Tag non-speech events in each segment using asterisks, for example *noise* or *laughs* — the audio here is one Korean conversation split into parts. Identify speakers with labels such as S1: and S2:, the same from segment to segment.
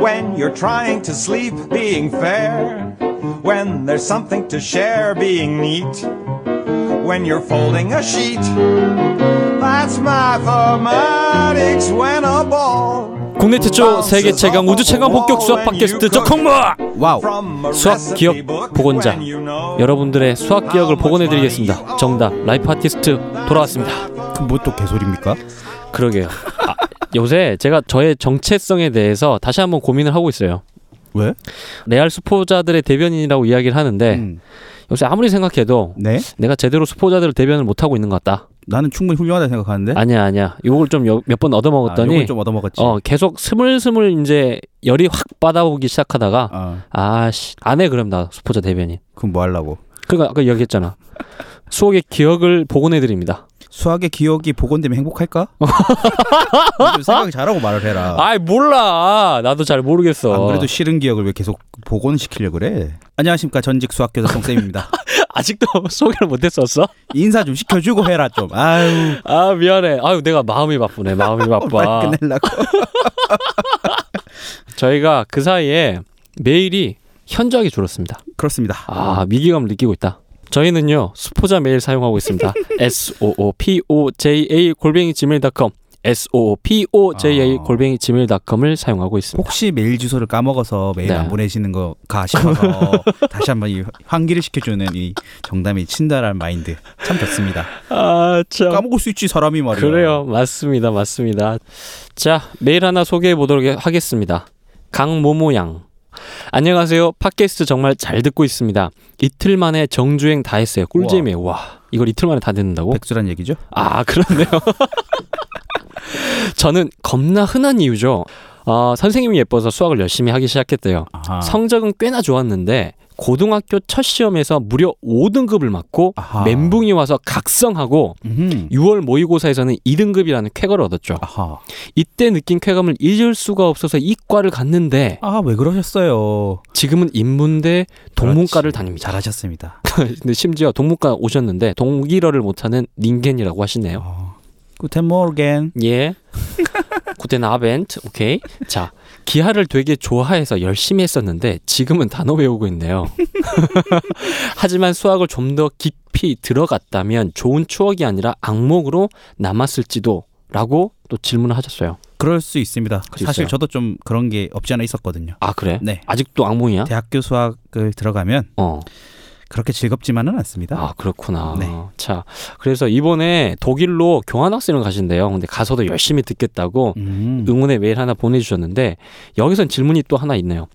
S1: when you're trying to sleep, being fair. When there's something to share, being neat. When you're folding a sheet. That's mathematics when a ball.
S2: 국내 최초 세계 최강 우주 최강 본격 수학 팟캐스트 적콩무 와우 수학 기억 복원자 여러분들의 수학 기억을 복원해드리겠습니다 정답 라이프 아티스트 돌아왔습니다
S3: 그럼 뭐 또 개소리입니까?
S2: 그러게요 아, 요새 제가 저의 정체성에 대해서 다시 한번 고민을 하고 있어요
S3: 왜?
S2: 레알 수포자들의 대변인이라고 이야기를 하는데
S3: 음.
S2: 요새 아무리 생각해도
S3: 네.
S2: 내가 제대로 수포자들을 대변을 못하고 있는 것 같다
S3: 나는 충분히 훌륭하다 생각하는데. 아,
S2: 아니야 아니야 요걸 좀 몇 번 얻어먹었더니
S3: 네? 요건 좀 얻어먹었지.
S2: 어 계속 스물스물 이제 열이 확 받아오기 시작하다가
S3: 아,
S2: 아씨 안 해 그럼 나 수포자 대변인
S3: 그럼 뭐 하려고?
S2: 그러니까 아까 이야기했잖아 수옥의 기억을 복원해 드립니다
S3: 수학의 기억이
S2: *laughs*
S3: 복원되면 행복할까? 뭐 좀 생각 잘하고 말을 해라.
S2: 어. 아이 몰라 나도 잘 모르겠어
S3: 안 그래도 싫은 기억을 왜 계속 복원시키려고 그래? 안녕하십니까 전직 수학교사
S2: *laughs*
S3: 송쌤입니다.
S2: 아직도 소개를 못 했었어
S3: 인사 좀 시켜주고 해라 좀. 아유
S2: 아 미안해 아유 내가 마음이 바쁘네
S3: *laughs*
S2: 마음이
S3: 빨리
S2: 바빠
S3: 끝내려고.
S2: 저희가 그 사이에 메일이 현저하게 줄었습니다
S3: 그렇습니다.
S2: 아 위기감을 느끼고 있다 저희는요 수포자 메일 사용하고
S3: *laughs*
S2: 있습니다 soopojA 골뱅이 gmail.com soopojA
S3: 아.
S2: 골뱅이 gmail.com을 사용하고 있습니다
S3: 혹시 메일 주소를 까먹어서 메일
S2: 네.
S3: 안 보내시는 거가 싶어서
S2: *laughs*
S3: 다시 한번 이 환기를 시켜주는 이 정담이 친절한 마인드 참 좋습니다.
S2: 아참
S3: 까먹을 수 있지 사람이 말이야.
S2: 그래요. 맞습니다. 맞습니다. 자, 메일 하나 소개해 보도록 하겠습니다. 강모모양. 안녕하세요. 팟캐스트 정말 잘 듣고 있습니다. 이틀 만에 정주행 다 했어요. 꿀잼이에요. 와. 이걸 이틀 만에 다 듣는다고?
S3: 백수란 얘기죠?
S2: 아, 그렇네요. *laughs* 저는 겁나 흔한 이유죠. 어, 선생님이 예뻐서 수학을 열심히 하기 시작했대요.
S3: 아하.
S2: 성적은 꽤나 좋았는데 고등학교 첫 시험에서 무려 5등급을 맞고
S3: 아하.
S2: 멘붕이 와서 각성하고
S3: 음흠.
S2: 6월 모의고사에서는 2등급이라는 쾌거를 얻었죠.
S3: 아하.
S2: 이때 느낀 쾌감을 잊을 수가 없어서 이과를 갔는데
S3: 아 왜 그러셨어요?
S2: 지금은 인문대 동문과를 다닙니다.
S3: 잘하셨습니다.
S2: 근데 심지어 동문과 오셨는데 동일어를 못하는 닌겐이라고 하시네요.
S3: 어. 구텐 모르겐.
S2: 예. 구텐 아벤트. 오케이. 자, 기하를 되게 좋아해서 열심히 했었는데 지금은 단어 외우고 있네요. *laughs* 하지만 수학을 좀 더 깊이 들어갔다면 좋은 추억이 아니라 악몽으로 남았을지도 라고 또 질문을 하셨어요.
S3: 그럴 수 있습니다.
S2: 수
S3: 사실
S2: 있어요.
S3: 저도 좀 그런 게 없지 않아 있었거든요.
S2: 아, 그래?
S3: 네.
S2: 아직도 악몽이야?
S3: 대학교 수학을 들어가면
S2: 어.
S3: 그렇게 즐겁지만은 않습니다.
S2: 아 그렇구나.
S3: 네.
S2: 자 그래서 이번에 독일로 교환학생을 가신대요. 근데 가서도 열심히 듣겠다고
S3: 음.
S2: 응원의 메일 하나 보내주셨는데 여기선 질문이 또 하나 있네요.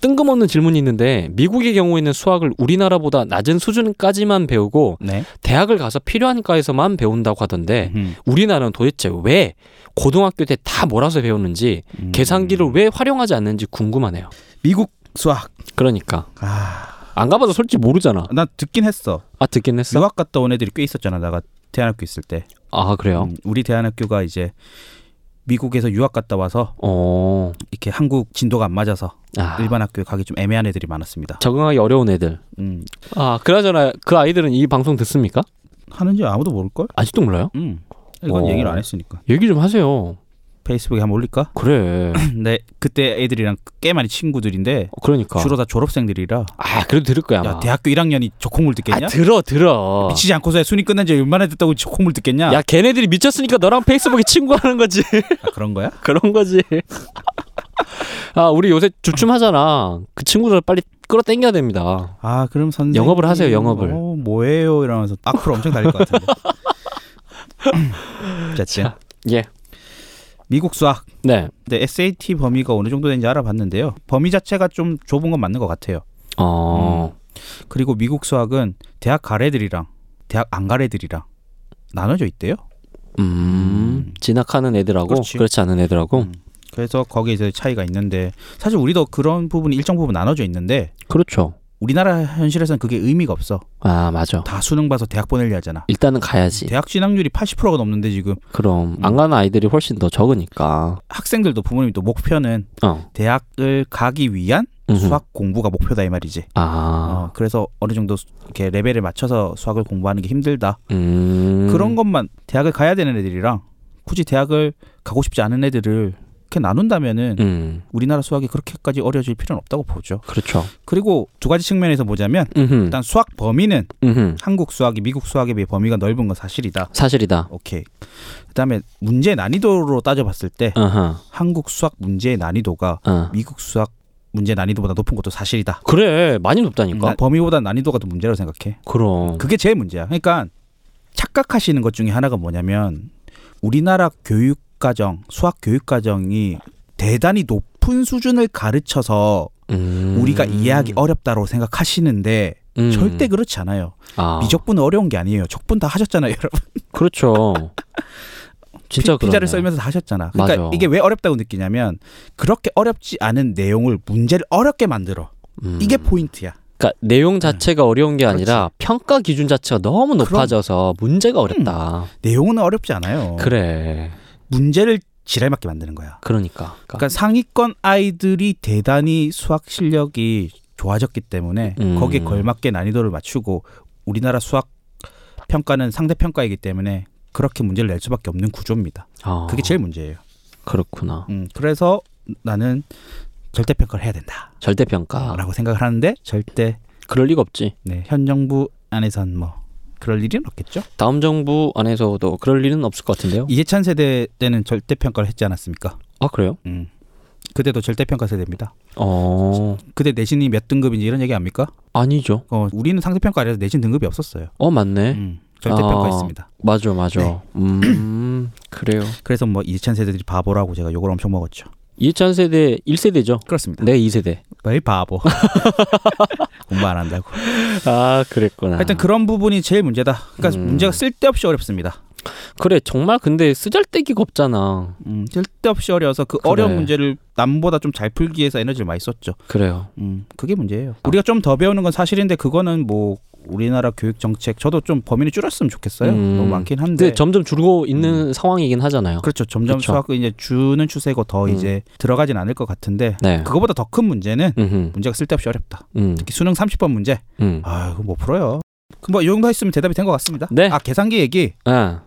S2: 뜬금없는 질문이 있는데 미국의 경우에는 수학을 우리나라보다 낮은 수준까지만 배우고
S3: 네.
S2: 대학을 가서 필요한 과에서만 배운다고 하던데
S3: 음.
S2: 우리나라는 도대체 왜 고등학교 때 다 몰아서 배우는지
S3: 음.
S2: 계산기를 왜 활용하지 않는지 궁금하네요.
S3: 미국 수학.
S2: 그러니까
S3: 아,
S2: 안 가봐서 솔직히 모르잖아.
S3: 나 듣긴 했어.
S2: 아 듣긴 했어.
S3: 유학 갔다 온 애들이 꽤 있었잖아. 내가 대안학교 있을 때.
S2: 아 그래요.
S3: 음, 우리 대안학교가 이제 미국에서 유학 갔다 와서
S2: 어.
S3: 이렇게 한국 진도가 안 맞아서
S2: 아.
S3: 일반 학교에 가기 좀 애매한 애들이 많았습니다.
S2: 적응하기 어려운 애들.
S3: 음,
S2: 아, 그나저나 그 아이들은 이 방송 듣습니까?
S3: 하는지 아무도 모를 걸?
S2: 아직도 몰라요?
S3: 음. 이건
S2: 어.
S3: 얘기를 안 했으니까.
S2: 얘기 좀 하세요.
S3: 페이스북에 한번 올릴까?
S2: 그래.
S3: *laughs* 네. 그때 애들이랑 꽤 많이 친구들인데
S2: 어, 그러니까.
S3: 주로 다 졸업생들이라
S2: 아, 그래도 들을 거야, 아마.
S3: 야, 대학교 1학년이 조콩물 듣겠냐?
S2: 아, 들어, 들어.
S3: 미치지 않고서 순위 끝난 지 얼마나 됐다고 조콩물 듣겠냐?
S2: 야, 걔네들이 미쳤으니까 너랑 페이스북에 친구하는 거지. *laughs*
S3: 아, 그런 거야?
S2: 그런 거지. 아, 우리 요새 주춤하잖아. 그 친구들 빨리 끌어당겨야 됩니다.
S3: 아, 그럼 선생님
S2: 영업을 하세요, 영업을.
S3: 어, 뭐예요? 이러면서 악플 엄청 달릴 것
S2: *laughs*
S3: 같은데. *laughs* 어쨌든
S2: 자, 예.
S3: 미국 수학
S2: 네.
S3: 네, SAT 범위가 어느 정도 되는지 알아봤는데요. 범위 자체가 좀 좁은 건 맞는 것 같아요.
S2: 어.
S3: 그리고 미국 수학은 대학 가래들이랑 대학 안 가래들이랑 나눠져 있대요.
S2: 음. 진학하는 애들하고
S3: 그렇지.
S2: 그렇지, 않은 애들하고.
S3: 음. 그래서 거기에 이제 차이가 있는데 사실 우리도 그런 부분이 일정 부분 나눠져 있는데
S2: 그렇죠.
S3: 우리나라 현실에서는 그게 의미가 없어.
S2: 아, 맞아.
S3: 다 수능 봐서 대학 보내려 하잖아.
S2: 일단은 가야지.
S3: 대학 진학률이 80%가 넘는데 지금 음.
S2: 그럼 안 가는 아이들이 훨씬 더 적으니까.
S3: 학생들도 부모님이 또 목표는
S2: 어.
S3: 대학을 가기 위한
S2: 음흠.
S3: 수학 공부가 목표다 이 말이지.
S2: 아.
S3: 어, 그래서 어느 정도 수- 이렇게 레벨에 맞춰서 수학을 공부하는 게 힘들다.
S2: 음.
S3: 그런 것만 대학을 가야 되는 애들이랑 굳이 대학을 가고 싶지 않은 애들을 그렇게 나눈다면은
S2: 음.
S3: 우리나라 수학이 그렇게까지 어려질 필요는 없다고 보죠.
S2: 그렇죠.
S3: 그리고 두 가지 측면에서 보자면
S2: 음흠.
S3: 일단 수학 범위는
S2: 음흠.
S3: 한국 수학이 미국 수학에 비해 범위가 넓은 건 사실이다.
S2: 사실이다.
S3: 오케이. 그다음에 문제 난이도로 따져봤을 때
S2: 아하.
S3: 한국 수학 문제의 난이도가
S2: 어.
S3: 미국 수학 문제 난이도보다 높은 것도 사실이다.
S2: 그래 많이 높다니까.
S3: 나- 범위보다 난이도가 더 문제라고 생각해.
S2: 그럼.
S3: 음. 그게 제일 문제야. 그러니까 착각하시는 것 중에 하나가 뭐냐면 우리나라 교육 과정, 수학 교육 과정이 대단히 높은 수준을 가르쳐서
S2: 음.
S3: 우리가 이해하기 어렵다고 생각하시는데
S2: 음.
S3: 절대 그렇지 않아요.
S2: 아.
S3: 미적분은 어려운 게 아니에요. 적분 다 하셨잖아요, 여러분. *laughs*
S2: 그렇죠. 진짜
S3: 피,
S2: 그러네.
S3: 피자를 썰면서 다 하셨잖아. 그러니까
S2: 맞아.
S3: 이게 왜 어렵다고 느끼냐면 그렇게 어렵지 않은 내용을 문제를 어렵게 만들어.
S2: 음.
S3: 이게 음. 포인트야.
S2: 그러니까 내용 자체가 어려운 게 아니라 평가 기준 자체가 너무 높아져서 문제가 어렵다.
S3: 내용은 음. 어렵지 않아요.
S2: 그래.
S3: 문제를 지랄맞게 만드는 거야.
S2: 그러니까.
S3: 그러니까 상위권 아이들이 대단히 수학 실력이 좋아졌기 때문에
S2: 음.
S3: 거기에 걸맞게 난이도를 맞추고 우리나라 수학 평가는 상대 평가이기 때문에 그렇게 문제를 낼 수밖에 없는 구조입니다.
S2: 아,
S3: 그게 제일 문제예요.
S2: 그렇구나.
S3: 음, 그래서 나는 절대 평가를 해야 된다라고
S2: 절대 평가.
S3: 생각을 하는데 절대
S2: 그럴 리가 없지.
S3: 네, 현 정부 안에선 뭐 그럴 일은 없겠죠.
S2: 다음 정부 안에서도 그럴 일은 없을 것 같은데요.
S3: 이해찬 세대 때는 절대 평가를 했지 않았습니까?
S2: 아 그래요?
S3: 음. 그때도 절대 평가 세대입니다.
S2: 어
S3: 그때 내신이 몇 등급인지 이런 얘기 합니까?
S2: 아니죠.
S3: 어, 우리는 상대평가 아래서 내신 등급이 없었어요.
S2: 어 맞네.
S3: 음, 절대평가했습니다.
S2: 맞아 맞아.
S3: 네.
S2: 음 그래요.
S3: 그래서 뭐 이천 세대들이 바보라고 제가 욕을 엄청 먹었죠.
S2: 이천 세대 1 세대죠.
S3: 그렇습니다.
S2: 네, 2 세대. *laughs*
S3: 왜 바보? *laughs* 공부 안 한다고.
S2: 아 그랬구나.
S3: 하여튼 그런 부분이 제일 문제다. 그러니까
S2: 음.
S3: 문제가 쓸데없이 어렵습니다.
S2: 그래 정말 근데 쓰잘데기가 없잖아.
S3: 음, 쓸데없이 어려서 그
S2: 그래.
S3: 어려운 문제를 남보다 좀 잘 풀기 위해서 에너지를 많이 썼죠.
S2: 그래요.
S3: 음, 그게 문제예요.
S2: 아.
S3: 우리가 좀 더 배우는 건 사실인데 그거는 뭐 우리나라 교육 정책 저도 좀 범위를 줄였으면 좋겠어요.
S2: 음.
S3: 너무 많긴
S2: 근데
S3: 한데.
S2: 점점 줄고 있는 상황이긴 하잖아요.
S3: 그렇죠. 점점
S2: 음. 그렇죠.
S3: 수학을 이제 주는 추세고 더
S2: 음.
S3: 이제 들어가진 않을 것 같은데
S2: 네.
S3: 그거보다 더 큰 문제는
S2: 음.
S3: 문제가 쓸데없이 어렵다.
S2: 음.
S3: 특히 수능 30번 문제.
S2: 음.
S3: 아, 그거 못 풀어요. 그뭐 정도 했으면 대답이 된 것 같습니다.
S2: 네.
S3: 아, 계산기 얘기.
S2: 아,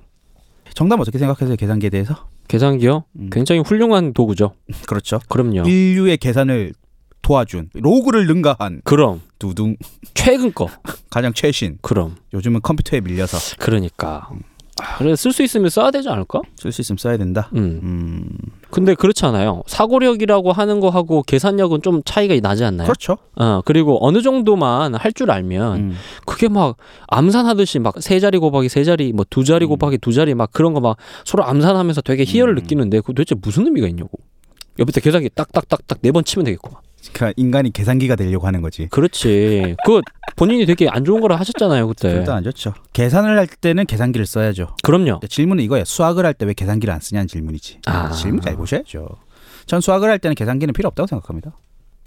S3: 정답 어떻게 생각하세요? 계산기에 대해서? *laughs*
S2: 계산기요?
S3: 음,
S2: 굉장히 훌륭한 도구죠.
S3: 그렇죠.
S2: 그럼요.
S3: 인류의 계산을 도와준 로그를 능가한
S2: 그럼
S3: 두둥
S2: 최근 거.
S3: 가장 최신.
S2: 그럼.
S3: 요즘은 컴퓨터에 밀려서
S2: 그러니까. 그래 쓸수 있으면 써야 되지 않을까?
S3: 쓸 수 있으면 써야 된다.
S2: 음.
S3: 음,
S2: 근데 그렇잖아요. 사고력이라고 하는 거하고 계산력은 좀 차이가 나지 않나요?
S3: 그렇죠.
S2: 어, 그리고 어느 정도만 할 줄 알면
S3: 음,
S2: 그게 막 암산하듯이 막 세 자리 곱하기 세 자리 뭐 두 자리
S3: 음.
S2: 곱하기 두 자리 막 그런 거 막 서로 암산하면서 되게 희열을
S3: 음.
S2: 느끼는데 그거 도대체 무슨 의미가 있냐고. 옆에 계산기 딱딱딱딱 네 번 치면 되겠구만.
S3: 그러니까 인간이 계산기가 되려고 하는 거지.
S2: *laughs* 그렇지. 그거 본인이 되게 안 좋은 거라 하셨잖아요, 그때.
S3: 일단 안 좋죠. 계산을 할 때는 계산기를 써야죠.
S2: 그럼요.
S3: 그러니까 질문은 이거예요. 수학을 할 때 왜 계산기를 안 쓰냐는 질문이지.
S2: 아.
S3: 질문 잘 보셔야죠. 전 수학을 할 때는 계산기는 필요 없다고 생각합니다.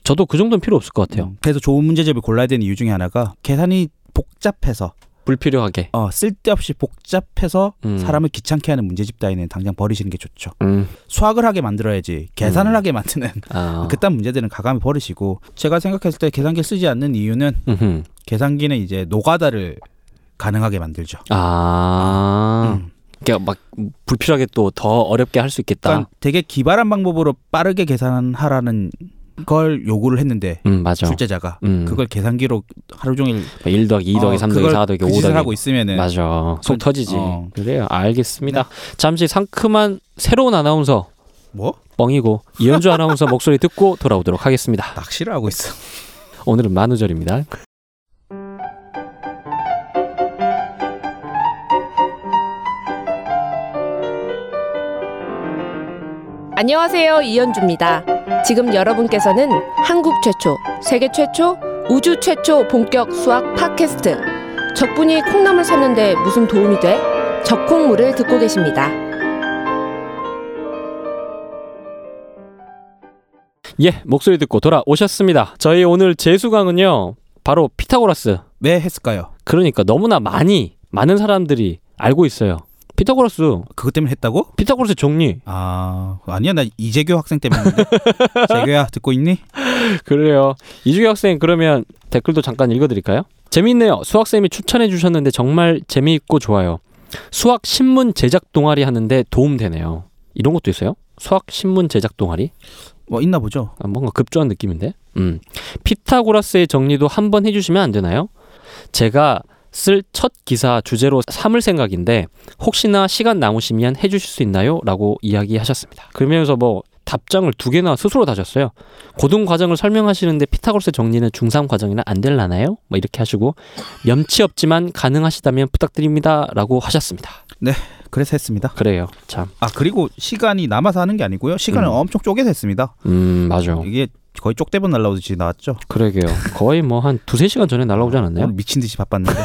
S2: 저도 그 정도는 필요 없을 것 같아요.
S3: 음, 그래서 좋은 문제집을 골라야 되는 이유 중에 하나가 계산이 복잡해서
S2: 불필요하게.
S3: 어, 쓸데없이 복잡해서
S2: 음.
S3: 사람을 귀찮게 하는 문제집 따위는 당장 버리시는 게 좋죠.
S2: 음.
S3: 수학을 하게 만들어야지 계산을
S2: 음.
S3: 하게 만드는
S2: 아.
S3: *laughs* 그딴 문제들은 가감히 버리시고 제가 생각했을 때 계산기 를 쓰지 않는 이유는
S2: 음흠.
S3: 계산기는 이제 노가다를 가능하게 만들죠.
S2: 아.
S3: 음.
S2: 그러니까 막 불필요하게 또 더 어렵게 할 수 있겠다.
S3: 그러니까 되게 기발한 방법으로 빠르게 계산하라는 걸 요구를 했는데
S2: 음, 맞아.
S3: 출제자가
S2: 음.
S3: 그걸 계산기로 하루 종일
S2: 1 더하기 2 더하기
S3: 어,
S2: 3 더하기
S3: 그걸
S2: 4 더하기
S3: 그
S2: 5
S3: 짓을
S2: 더하기
S3: 하고 있으면은
S2: 맞아. 속
S3: 그건-
S2: 터지지.
S3: 어. 네.
S2: 그래요. 알겠습니다. 잠시 상큼한 새로운 아나운서
S3: 뭐
S2: 뻥이고 이현주 아나운서 *laughs* 목소리 듣고 돌아오도록 하겠습니다.
S3: 낚시를 하고 있어. *laughs*
S2: 오늘은 만우절입니다.
S4: 안녕하세요. 이현주입니다. 지금 여러분께서는 한국 최초, 세계 최초, 우주 최초 본격 수학 팟캐스트. 적분이 콩나물 샀는데 무슨 도움이 돼? 적콩물을 듣고 계십니다.
S2: 예, 목소리 듣고 돌아오셨습니다. 저희 오늘 재수강은요. 바로 피타고라스.
S3: 왜 했을까요?
S2: 그러니까 너무나 많이 많은 사람들이 알고 있어요. 피타고라스.
S3: 그것 때문에 했다고?
S2: 피타고라스 정리.
S3: 아 아니야 나 이재교 학생 때문에
S2: *laughs*
S3: 했는데. 재교야 듣고 있니?
S2: 그래요. 이주기 학생 그러면 댓글도 잠깐 읽어드릴까요? 재미있네요. 수학쌤이 추천해주셨는데 정말 재미있고 좋아요. 수학 신문 제작 동아리 하는데 도움되네요. 이런 것도 있어요. 수학 신문 제작 동아리.
S3: 뭐 있나 보죠.
S2: 아, 뭔가 급조한 느낌인데. 음. 피타고라스의 정리도 한번 해주시면 안 되나요? 제가 쓸 첫 기사 주제로 삼을 생각인데 혹시나 시간 남으시면 해주실 수 있나요?라고 이야기하셨습니다. 그러면서 뭐 답장을 두 개나 스스로 다셨어요. 고등 과정을 설명하시는데 피타고라스 정리는 중3 과정이나 안 될라나요? 뭐 이렇게 하시고 염치 없지만 가능하시다면 부탁드립니다라고 하셨습니다.
S3: 그래서 했습니다.
S2: 그래요. 참.
S3: 아 그리고 시간이 남아서 하는 게 아니고요. 시간을
S2: 음.
S3: 엄청 쪼개서 했습니다.
S2: 음, 맞아.
S3: 이게 거의 쪽대본 날라오듯이 나왔죠.
S2: 그러게요. 거의 뭐 한 두세 시간 전에 날라오지 않았나요?
S3: 오늘 미친 듯이
S2: *laughs*
S3: 바빴는데.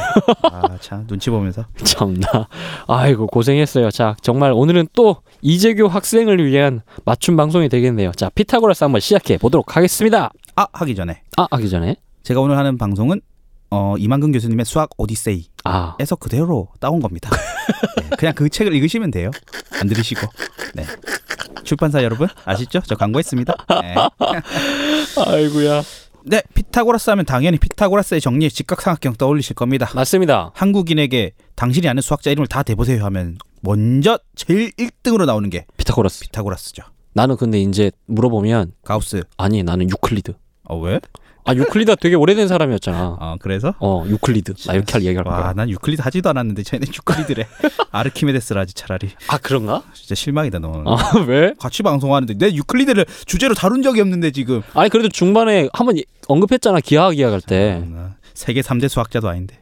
S3: 아 참 눈치 보면서.
S2: 참나. 아이고 고생했어요. 자 정말 오늘은 또 이재규 학생을 위한 맞춤 방송이 되겠네요. 자 피타고라스 한번 시작해 보도록 하겠습니다.
S3: 아 하기 전에
S2: 아 하기 전에
S3: 제가 오늘 하는 방송은 어, 이만근 교수님의 수학 오디세이에서
S2: 아
S3: 그대로 따온 겁니다. 네, 그냥 그 책을 읽으시면 돼요. 안 들으시고. 네. 출판사 여러분 아시죠? 저 광고했습니다. 네.
S2: 아이고야
S3: 네, 피타고라스 하면 당연히 피타고라스의 정리의 직각삼각형 떠올리실 겁니다.
S2: 맞습니다.
S3: 한국인에게 당신이 아는 수학자 이름을 다 대보세요 하면 먼저 제일 1등으로 나오는 게
S2: 피타고라스.
S3: 피타고라스죠.
S2: 나는 근데 이제 물어보면
S3: 가우스.
S2: 아니 나는 유클리드.
S3: 어 왜?
S2: 아 유클리드가 되게 오래된 사람이었잖아.
S3: 어 그래서
S2: 어 유클리드. 나 이렇게 할 얘기할
S3: 와,
S2: 거야.
S3: 난 유클리드 하지도 않았는데 쟤네 유클리드래. 아르키메데스라 하지 차라리.
S2: 아 그런가?
S3: 진짜 실망이다 너.
S2: 아 *laughs* 왜?
S3: 같이 방송하는데 내 유클리드를 주제로 다룬 적이 없는데 지금.
S2: 아니 그래도 중반에 한번 이- 언급했잖아 기하학 이야기할 때.
S3: 아, 세계 3대
S2: *laughs*
S3: 수학자도 아닌데.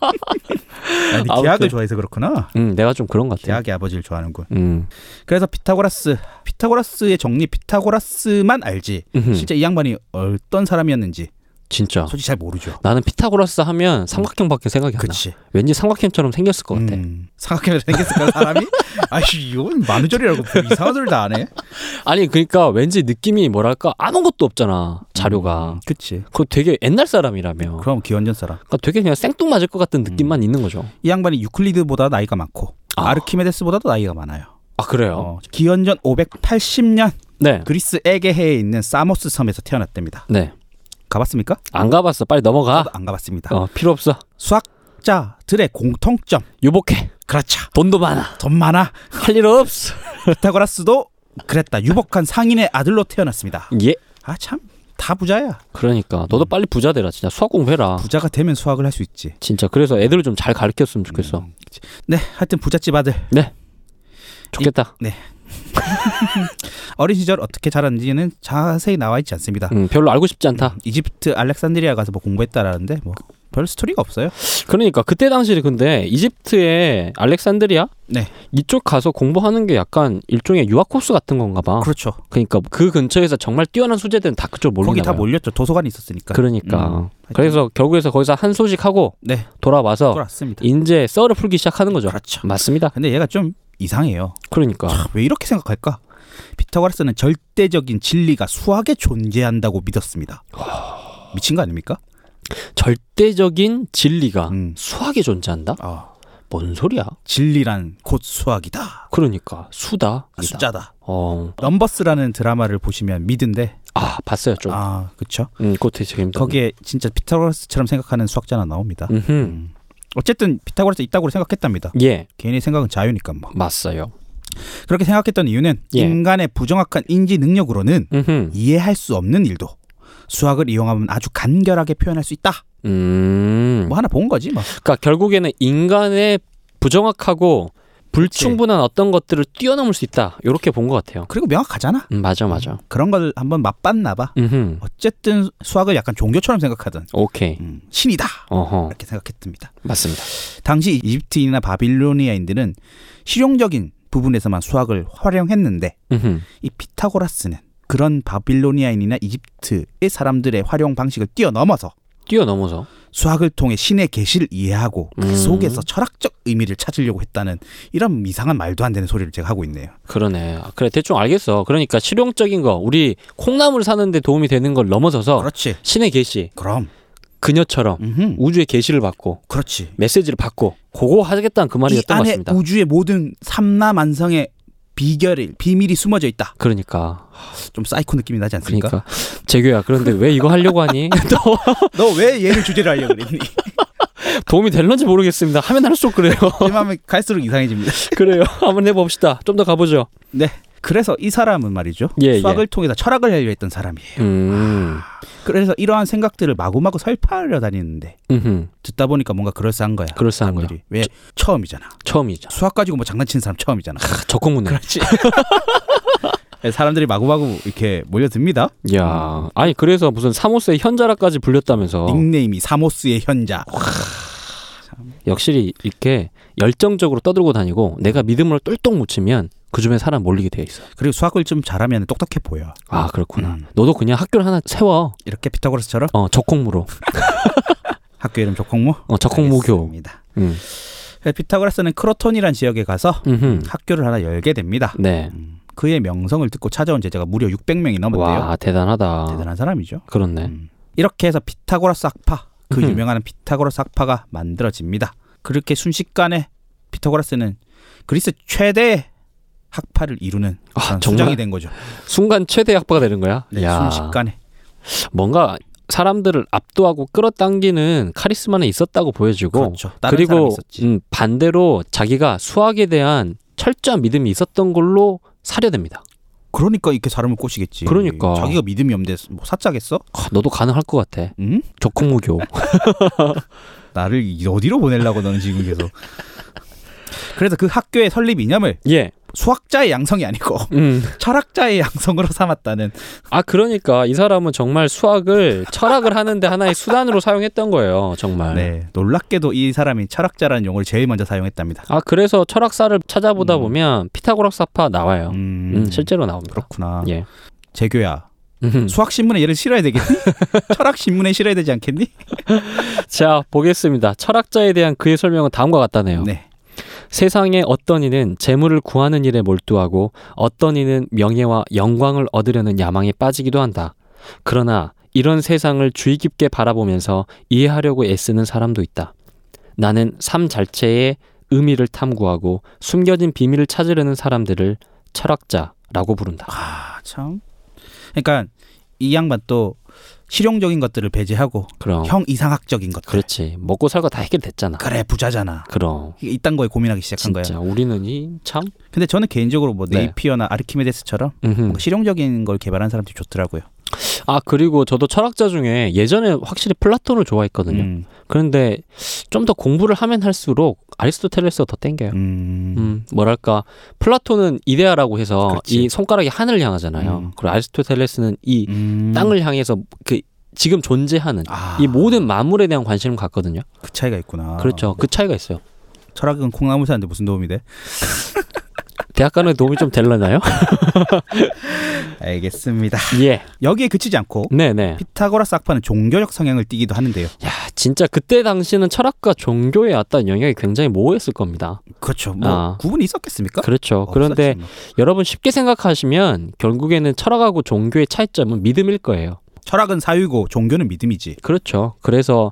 S3: 아니,
S2: 아무튼.
S3: 기학을 좋아해서 그렇구나.
S2: 음 내가 좀 그런 것 같아.
S3: 기학의 아버지를 좋아하는군.
S2: 음.
S3: 그래서 피타고라스, 피타고라스의 정리, 피타고라스만 알지.
S2: 음흠. 아.
S3: 실제 이 양반이 어떤 사람이었는지
S2: 진짜.
S3: 솔직히 잘 모르죠.
S2: 나는 피타고라스 하면 삼각형밖에 생각이 안 나.
S3: 그치.
S2: 왠지 삼각형처럼 생겼을 것 같아.
S3: 음, 삼각형이 생겼을까 사람이? 아씨 이건 만우절이라고 이상한 소리 다 안 해.
S2: 아니 그러니까 왠지 느낌이 뭐랄까 아무것도 없잖아 자료가.
S3: 음, 그치.
S2: 그거 되게 옛날 사람이라며. 그러니까 음.
S3: 그럼 기원전 사람.
S2: 되게 그냥 생뚱맞을 것 같은 느낌만 있는 거죠.
S3: 이 양반이 유클리드보다 나이가 많고
S2: 아.
S3: 아. 르키메데스보다도 나이가 많아요.
S2: 아 그래요.
S3: 어, 기원전 580년
S2: 네.
S3: 그리스 에게해에 있는 사모스 섬에서 태어났답니다.
S2: 네.
S3: 가봤습니까?
S2: 안 가봤어. 빨리 넘어가.
S3: 저도 안 가봤습니다.
S2: 어 필요 없어.
S3: 수학자들의 공통점.
S2: 유복해.
S3: 그렇죠.
S2: 돈도 많아.
S3: 돈 많아.
S2: 할 일 없어.
S3: *laughs* 피타고라스도 그랬다. 유복한 상인의 아들로 태어났습니다.
S2: 예.
S3: 아 참. 다 부자야.
S2: 그러니까 너도 빨리 부자 되라. 진짜 수학 공부해라.
S3: 부자가 되면 수학을 할 수 있지.
S2: 진짜 그래서 애들을 좀 잘 가르쳤으면 좋겠어.
S3: 네, 하여튼 부잣집 아들.
S2: 좋겠다.
S3: 어린 시절 어떻게 자랐는지는 자세히 나와 있지 않습니다.
S2: 음, 별로 알고 싶지 않다.
S3: 이집트 알렉산드리아 가서 뭐 공부했다라는데 뭐 별 스토리가 없어요.
S2: 그러니까 그때 당시에 근데 이집트의 알렉산드리아
S3: 네.
S2: 이쪽 가서 공부하는 게 약간 일종의 유학 코스 같은 건가 봐.
S3: 그렇죠.
S2: 그러니까 그 근처에서 정말 뛰어난 수재들은 다 그쪽 몰리나
S3: 거기 다
S2: 봐요.
S3: 몰렸죠. 도서관이 있었으니까.
S2: 그러니까.
S3: 음, 하여튼
S2: 그래서 결국에서 거기서 한 소식 하고
S3: 네
S2: 돌아와서
S3: 돌아왔습니다.
S2: 어. 이제 썰을 풀기 시작하는 거죠.
S3: 그렇죠.
S2: 맞습니다.
S3: 근데 얘가 좀 이상해요.
S2: 그러니까
S3: 왜 이렇게 생각할까? 피타고라스는 절대적인 진리가 수학에 존재한다고 믿었습니다. 미친 거 아닙니까?
S2: 절대적인 진리가
S3: 음.
S2: 수학에 존재한다?
S3: 아,
S2: 뭔 소리야?
S3: 진리란 곧 수학이다.
S2: 그러니까 수다.
S3: 아, 숫자다.
S2: 어.
S3: 넘버스라는 드라마를 보시면 미드인데
S2: 아, 봤어요, 좀.
S3: 아 그렇죠.
S2: 음, 그거 되게 재밌다.
S3: 거기에 진짜 피타고라스처럼 생각하는 수학자나 나옵니다.
S2: 음.
S3: 음. 어쨌든 피타고라스 있다고 생각했답니다.
S2: 예,
S3: 개인의 생각은 자유니까 뭐.
S2: 맞아요.
S3: 그렇게 생각했던 이유는
S2: 예.
S3: 인간의 부정확한 인지 능력으로는
S2: 음.
S3: 이해할 수 없는 일도 수학을 이용하면 아주 간결하게 표현할 수 있다.
S2: 음.
S3: 뭐 하나 본 거지 뭐.
S2: 그러니까 결국에는 인간의 부정확하고 불충분한 어떤 것들을 뛰어넘을 수 있다. 이렇게 본 것 같아요.
S3: 그리고 명확하잖아.
S2: 음, 맞아, 맞아.
S3: 그런 걸 한번 맛봤나 봐.
S2: 음,
S3: 어쨌든 수학을 약간 종교처럼 생각하던
S2: 오케이.
S3: 음, 신이다.
S2: 어허,
S3: 이렇게 생각했습니다.
S2: 맞습니다.
S3: 당시 이집트인이나 바빌로니아인들은 실용적인 부분에서만 수학을 활용했는데
S2: 음,
S3: 이 피타고라스는 그런 바빌로니아인이나 이집트의 사람들의 활용 방식을 뛰어넘어서
S2: 뛰어넘어서.
S3: 수학을 통해 신의 계시를 이해하고 그
S2: 음.
S3: 속에서 철학적 의미를 찾으려고 했다는 이런 이상한 말도 안 되는 소리를 제가 하고 있네요.
S2: 그러네. 아, 그래, 대충 알겠어. 그러니까 실용적인 거, 우리 콩나물 사는데 도움이 되는 걸 넘어서서
S3: 그렇지.
S2: 신의 계시,
S3: 그럼.
S2: 그녀처럼
S3: 음흠.
S2: 우주의 계시를 받고
S3: 그렇지.
S2: 메시지를 받고 그거 하겠다는 그
S3: 이
S2: 말이었던 것
S3: 안에
S2: 같습니다.
S3: 우주의 모든 삼라만성의 비결이 비밀이 숨어져 있다.
S2: 그러니까,
S3: 좀 사이코 느낌이 나지 않습니까?
S2: 그러니까 *laughs* 재규야. 그런데 왜 이거 하려고 하니? 너
S3: *laughs* 너 왜 얘를 주제로 하려고 그랬니?
S2: 도움이 될런지 모르겠습니다. 하면 할수록 그래요. *laughs*
S3: 하면 갈수록 이상해집니다.
S2: 그래요. 한번 해봅시다. 좀 더 가보죠.
S3: 그래서 이 사람은 말이죠.
S2: 예,
S3: 수학을 통해서 철학을 하려 했던 사람이에요.
S2: 음.
S3: 그래서 이러한 생각들을 마구마구 설파하려 다니는데
S2: 음흠.
S3: 듣다 보니까 뭔가 그럴싸한 거야.
S2: 그럴싸한 거야.
S3: 사람들이. 왜 처음이잖아.
S2: 처음이죠.
S3: 수학 가지고 뭐 장난치는 사람 처음이잖아.
S2: 아, 적응문해.
S3: 사람들이 마구마구 이렇게 몰려듭니다.
S2: 야, 아니 그래서 무슨 사모스의 현자라까지 불렸다면서.
S3: 닉네임이 사모스의 현자.
S2: 역시 이렇게 열정적으로 떠들고 다니고 내가 믿음으로 똘똘 묻히면 그중에 사람 몰리게 돼 있어.
S3: 그리고 수학을 좀 잘하면 똑똑해 보여.
S2: 아 그렇구나.
S3: 음.
S2: 너도 그냥 학교를 하나 세워.
S3: 이렇게 피타고라스처럼
S2: 어 적콩무로.
S3: 학교 이름 적콩무.
S2: 어 적콩무교.
S3: 알겠습니다.
S2: 음.
S3: 그래서 피타고라스는 크로톤이란 지역에 가서
S2: 음흠.
S3: 학교를 하나 열게 됩니다.
S2: 네.
S3: 그의 명성을 듣고 찾아온 제자가 무려 600명이 넘었대요.
S2: 와 대단하다.
S3: 대단한 사람이죠.
S2: 그렇네.
S3: 음. 이렇게 해서 피타고라스 학파 그
S2: 음.
S3: 유명한 피타고라스 학파가 만들어집니다. 그렇게 순식간에 피타고라스는 그리스 최대의 학파를 이루는
S2: 아,
S3: 그런
S2: 정말?
S3: 수장이 된 거죠.
S2: 순간 최대 학파가 되는 거야.
S3: 네,
S2: 야.
S3: 순식간에
S2: 뭔가 사람들을 압도하고 끌어당기는 카리스마는 있었다고 보여지고
S3: 그렇죠. 다른
S2: 그리고
S3: 사람이 있었지.
S2: 음, 반대로 자기가 수학에 대한 철저한 믿음이 있었던 걸로 사려됩니다.
S3: 그러니까 이렇게 사람을 꼬시겠지.
S2: 그러니까.
S3: 자기가 믿음이 없는데 뭐 사짜겠어? 음?
S2: 아, 너도 가능할 것 같아.
S3: 응?
S2: 적국무교.
S3: 나를 이- 어디로 보내려고 너는 지금 계속. 그래서 그 학교의 설립 이념을
S2: *laughs* 예.
S3: 수학자의 양성이 아니고 *laughs*
S2: 음.
S3: 철학자의 양성으로 삼았다는
S2: 아 그러니까 이 사람은 정말 수학을 철학을 하는데 하나의 수단으로 사용했던 거예요. 정말.
S3: 네 놀랍게도 이 사람이 철학자라는 용어를 제일 먼저 사용했답니다.
S2: 아 그래서 철학사를 찾아보다
S3: 음.
S2: 보면 피타고라스파 나와요.
S3: 음,
S2: 음, 실제로 나옵니다.
S3: 그렇구나.
S2: 예.
S3: 재교야
S2: 음.
S3: 수학 신문에 얘를 실어야 되겠니? 철학 신문에 실어야 되지 않겠니?
S2: *laughs* 자 보겠습니다. 철학자에 대한 그의 설명은 다음과 같다네요.
S3: 네.
S2: 세상의 어떤 이는 재물을 구하는 일에 몰두하고 어떤 이는 명예와 영광을 얻으려는 야망에 빠지기도 한다. 그러나 이런 세상을 주의 깊게 바라보면서 이해하려고 애쓰는 사람도 있다. 나는 삶 자체의 의미를 탐구하고 숨겨진 비밀을 찾으려는 사람들을 철학자라고 부른다.
S3: 아 참. 그러니까 이 양반 또 실용적인 것들을 배제하고
S2: 아, 그럼
S3: 형 이상학적인 것들.
S2: 어. 그렇지 먹고 살 거 다 해결됐잖아.
S3: 그래 부자잖아.
S2: 그럼
S3: 이게 이딴 거에 고민하기 시작한 거야.
S2: 진짜 우리는 이참
S3: 근데 저는 개인적으로 뭐
S2: 네.
S3: 네이피어나 아르키메데스처럼
S2: 음.
S3: 뭔가 실용적인 걸 개발한 사람들이 좋더라고요.
S2: 아 그리고 저도 철학자 중에 예전에 확실히 플라톤을 좋아했거든요.
S3: 음,
S2: 그런데 좀 더 공부를 하면 할수록 아리스토텔레스가 더 땡겨요.
S3: 음.
S2: 음, 뭐랄까 플라톤은 이데아라고 해서
S3: 그렇지.
S2: 이 손가락이 하늘을 향하잖아요.
S3: 음.
S2: 그리고 아리스토텔레스는 이
S3: 음.
S2: 땅을 향해서 그 지금 존재하는
S3: 아,
S2: 이 모든 만물에 대한 관심을 갖거든요.
S3: 그 차이가 있구나.
S2: 그렇죠. 그 차이가 있어요.
S3: 철학은 콩나물 사는데 무슨 도움이 돼?
S2: 대학 가는 데 도움이 좀 되려나요?
S3: *laughs* 아. 알겠습니다.
S2: 예.
S3: 여기에 그치지 않고
S2: 네네.
S3: 피타고라스 학파는 종교적 성향을 띠기도 하는데요.
S2: 야, 진짜 그때 당시는 철학과 종교에 왔던 영향이 굉장히 모호했을 겁니다.
S3: 그렇죠. 뭐
S2: 아.
S3: 구분이 있었겠습니까? 뭐.
S2: 그렇죠. 그런데 여러분 쉽게 생각하시면 결국에는 철학하고 종교의 차이점은 믿음일 거예요.
S3: 철학은 사유고 종교는 믿음이지.
S2: 그렇죠. 그래서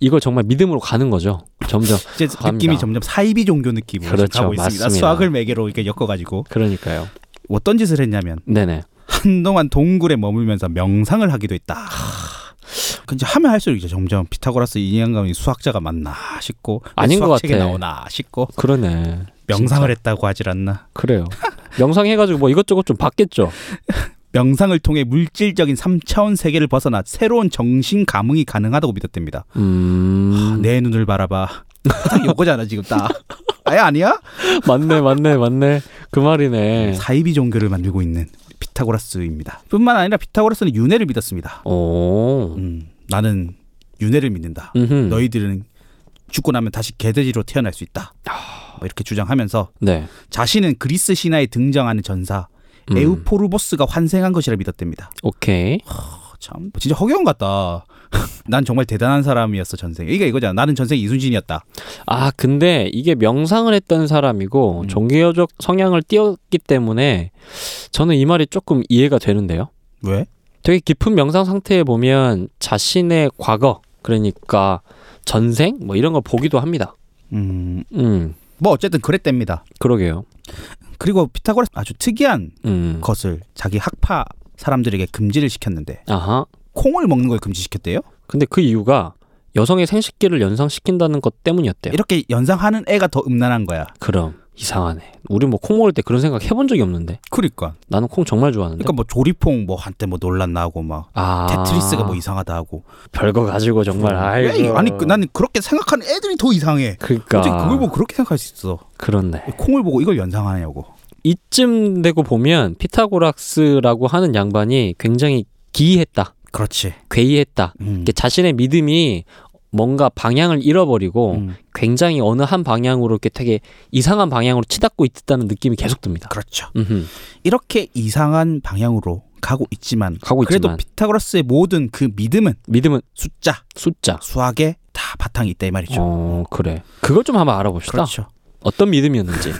S2: 이걸 정말 믿음으로 가는 거죠. 점점.
S3: 이제
S2: 갑니다.
S3: 느낌이 점점 사이비 종교 느낌으로 지금
S2: 그렇죠.
S3: 가고 있습니다.
S2: 맞습니다.
S3: 수학을 매개로 이렇게 엮어가지고
S2: *laughs* 그러니까요.
S3: 어떤 짓을 했냐면
S2: 네네.
S3: 한동안 동굴에 머물면서 명상을 하기도 했다. 근데 하면 할수록 이제 점점 피타고라스 인양감이 수학자가 맞나 싶고 왜
S2: 아닌 것
S3: 수학책에
S2: 같아.
S3: 나오나 싶고
S2: 그러네. 진짜.
S3: 명상을 했다고 하질 않나.
S2: *laughs* 그래요. 명상해가지고 뭐 이것저것 좀 봤겠죠.
S3: 명상을 통해 물질적인 3차원 세계를 벗어나 새로운 정신 감흥이 가능하다고 믿었답니다.
S2: 음.
S3: 내 눈을 바라봐. 딱 요거잖아 지금 딱. 아예 아니야?
S2: 맞네, 맞네, 맞네. 그 말이네.
S3: 사이비 종교를 만들고 있는 피타고라스입니다. 뿐만 아니라 피타고라스는 윤회를 믿었습니다.
S2: 오.
S3: 음, 나는 윤회를 믿는다.
S2: 음.
S3: 너희들은 죽고 나면 다시 개돼지로 태어날 수 있다. 뭐 이렇게 주장하면서
S2: 네.
S3: 자신은 그리스 신화에 등장하는 전사
S2: 음.
S3: 에우포르보스가 환생한 것이라 믿었답니다.
S2: 오케이.
S3: 어, 참 진짜 허경 같다. *laughs* 난 정말 대단한 사람이었어 전생에. 이게 이거잖아. 나는 전생에 이순신이었다.
S2: 아, 근데 이게 명상을 했던 사람이고
S3: 음.
S2: 종교적 성향을 띄었기 때문에 저는 이 말이 조금 이해가 되는데요.
S3: 왜?
S2: 되게 깊은 명상 상태에 보면 자신의 과거 그러니까 전생 뭐 이런 걸 보기도 합니다.
S3: 음,
S2: 음
S3: 뭐 어쨌든 그랬답니다.
S2: 그러게요.
S3: 그리고 피타고라스 아주 특이한
S2: 음
S3: 것을 자기 학파 사람들에게 금지를 시켰는데
S2: 아하.
S3: 콩을 먹는 걸 금지시켰대요.
S2: 근데 그 이유가 여성의 생식기를 연상시킨다는 것 때문이었대요.
S3: 이렇게 연상하는 애가 더 음란한 거야.
S2: 그럼 이상하네. 우리 뭐 콩 먹을 때 그런 생각 해본 적이 없는데.
S3: 그러니까.
S2: 나는 콩 정말 좋아하는데.
S3: 그러니까 뭐 조리퐁 뭐 한때 뭐 논란 나고 막
S2: 아
S3: 테트리스가 뭐 음. 이상하다 하고.
S2: 별거 가지고 정말
S3: 왜
S2: 아이고.
S3: 이- 아니 그- 나는 그렇게 생각하는 애들이 더 이상해.
S2: 그러니까
S3: 어떻게 그걸 뭐 보고 그렇게 생각할 수 있어?
S2: 그렇네.
S3: 콩을 보고 이걸 연상하냐고.
S2: 이쯤 되고 보면 피타고라스라고 하는 양반이 굉장히 기이했다,
S3: 그렇지.
S2: 괴이했다.
S3: 음.
S2: 이게 자신의 믿음이 뭔가 방향을 잃어버리고
S3: 음.
S2: 굉장히 어느 한 방향으로 이렇게 되게 이상한 방향으로 치닫고 있다는 느낌이 계속 듭니다.
S3: 그렇죠.
S2: 음흠.
S3: 이렇게 이상한 방향으로 가고 있지만
S2: 가고
S3: 그래도
S2: 있지만
S3: 피타고라스의 모든 그 믿음은
S2: 믿음은
S3: 숫자,
S2: 숫자.
S3: 수학에 다 바탕이 있다 이 말이죠.
S2: 어 그래. 그걸 좀 한번 알아봅시다.
S3: 그렇죠.
S2: 어떤
S3: *laughs*
S2: 믿음이었는지.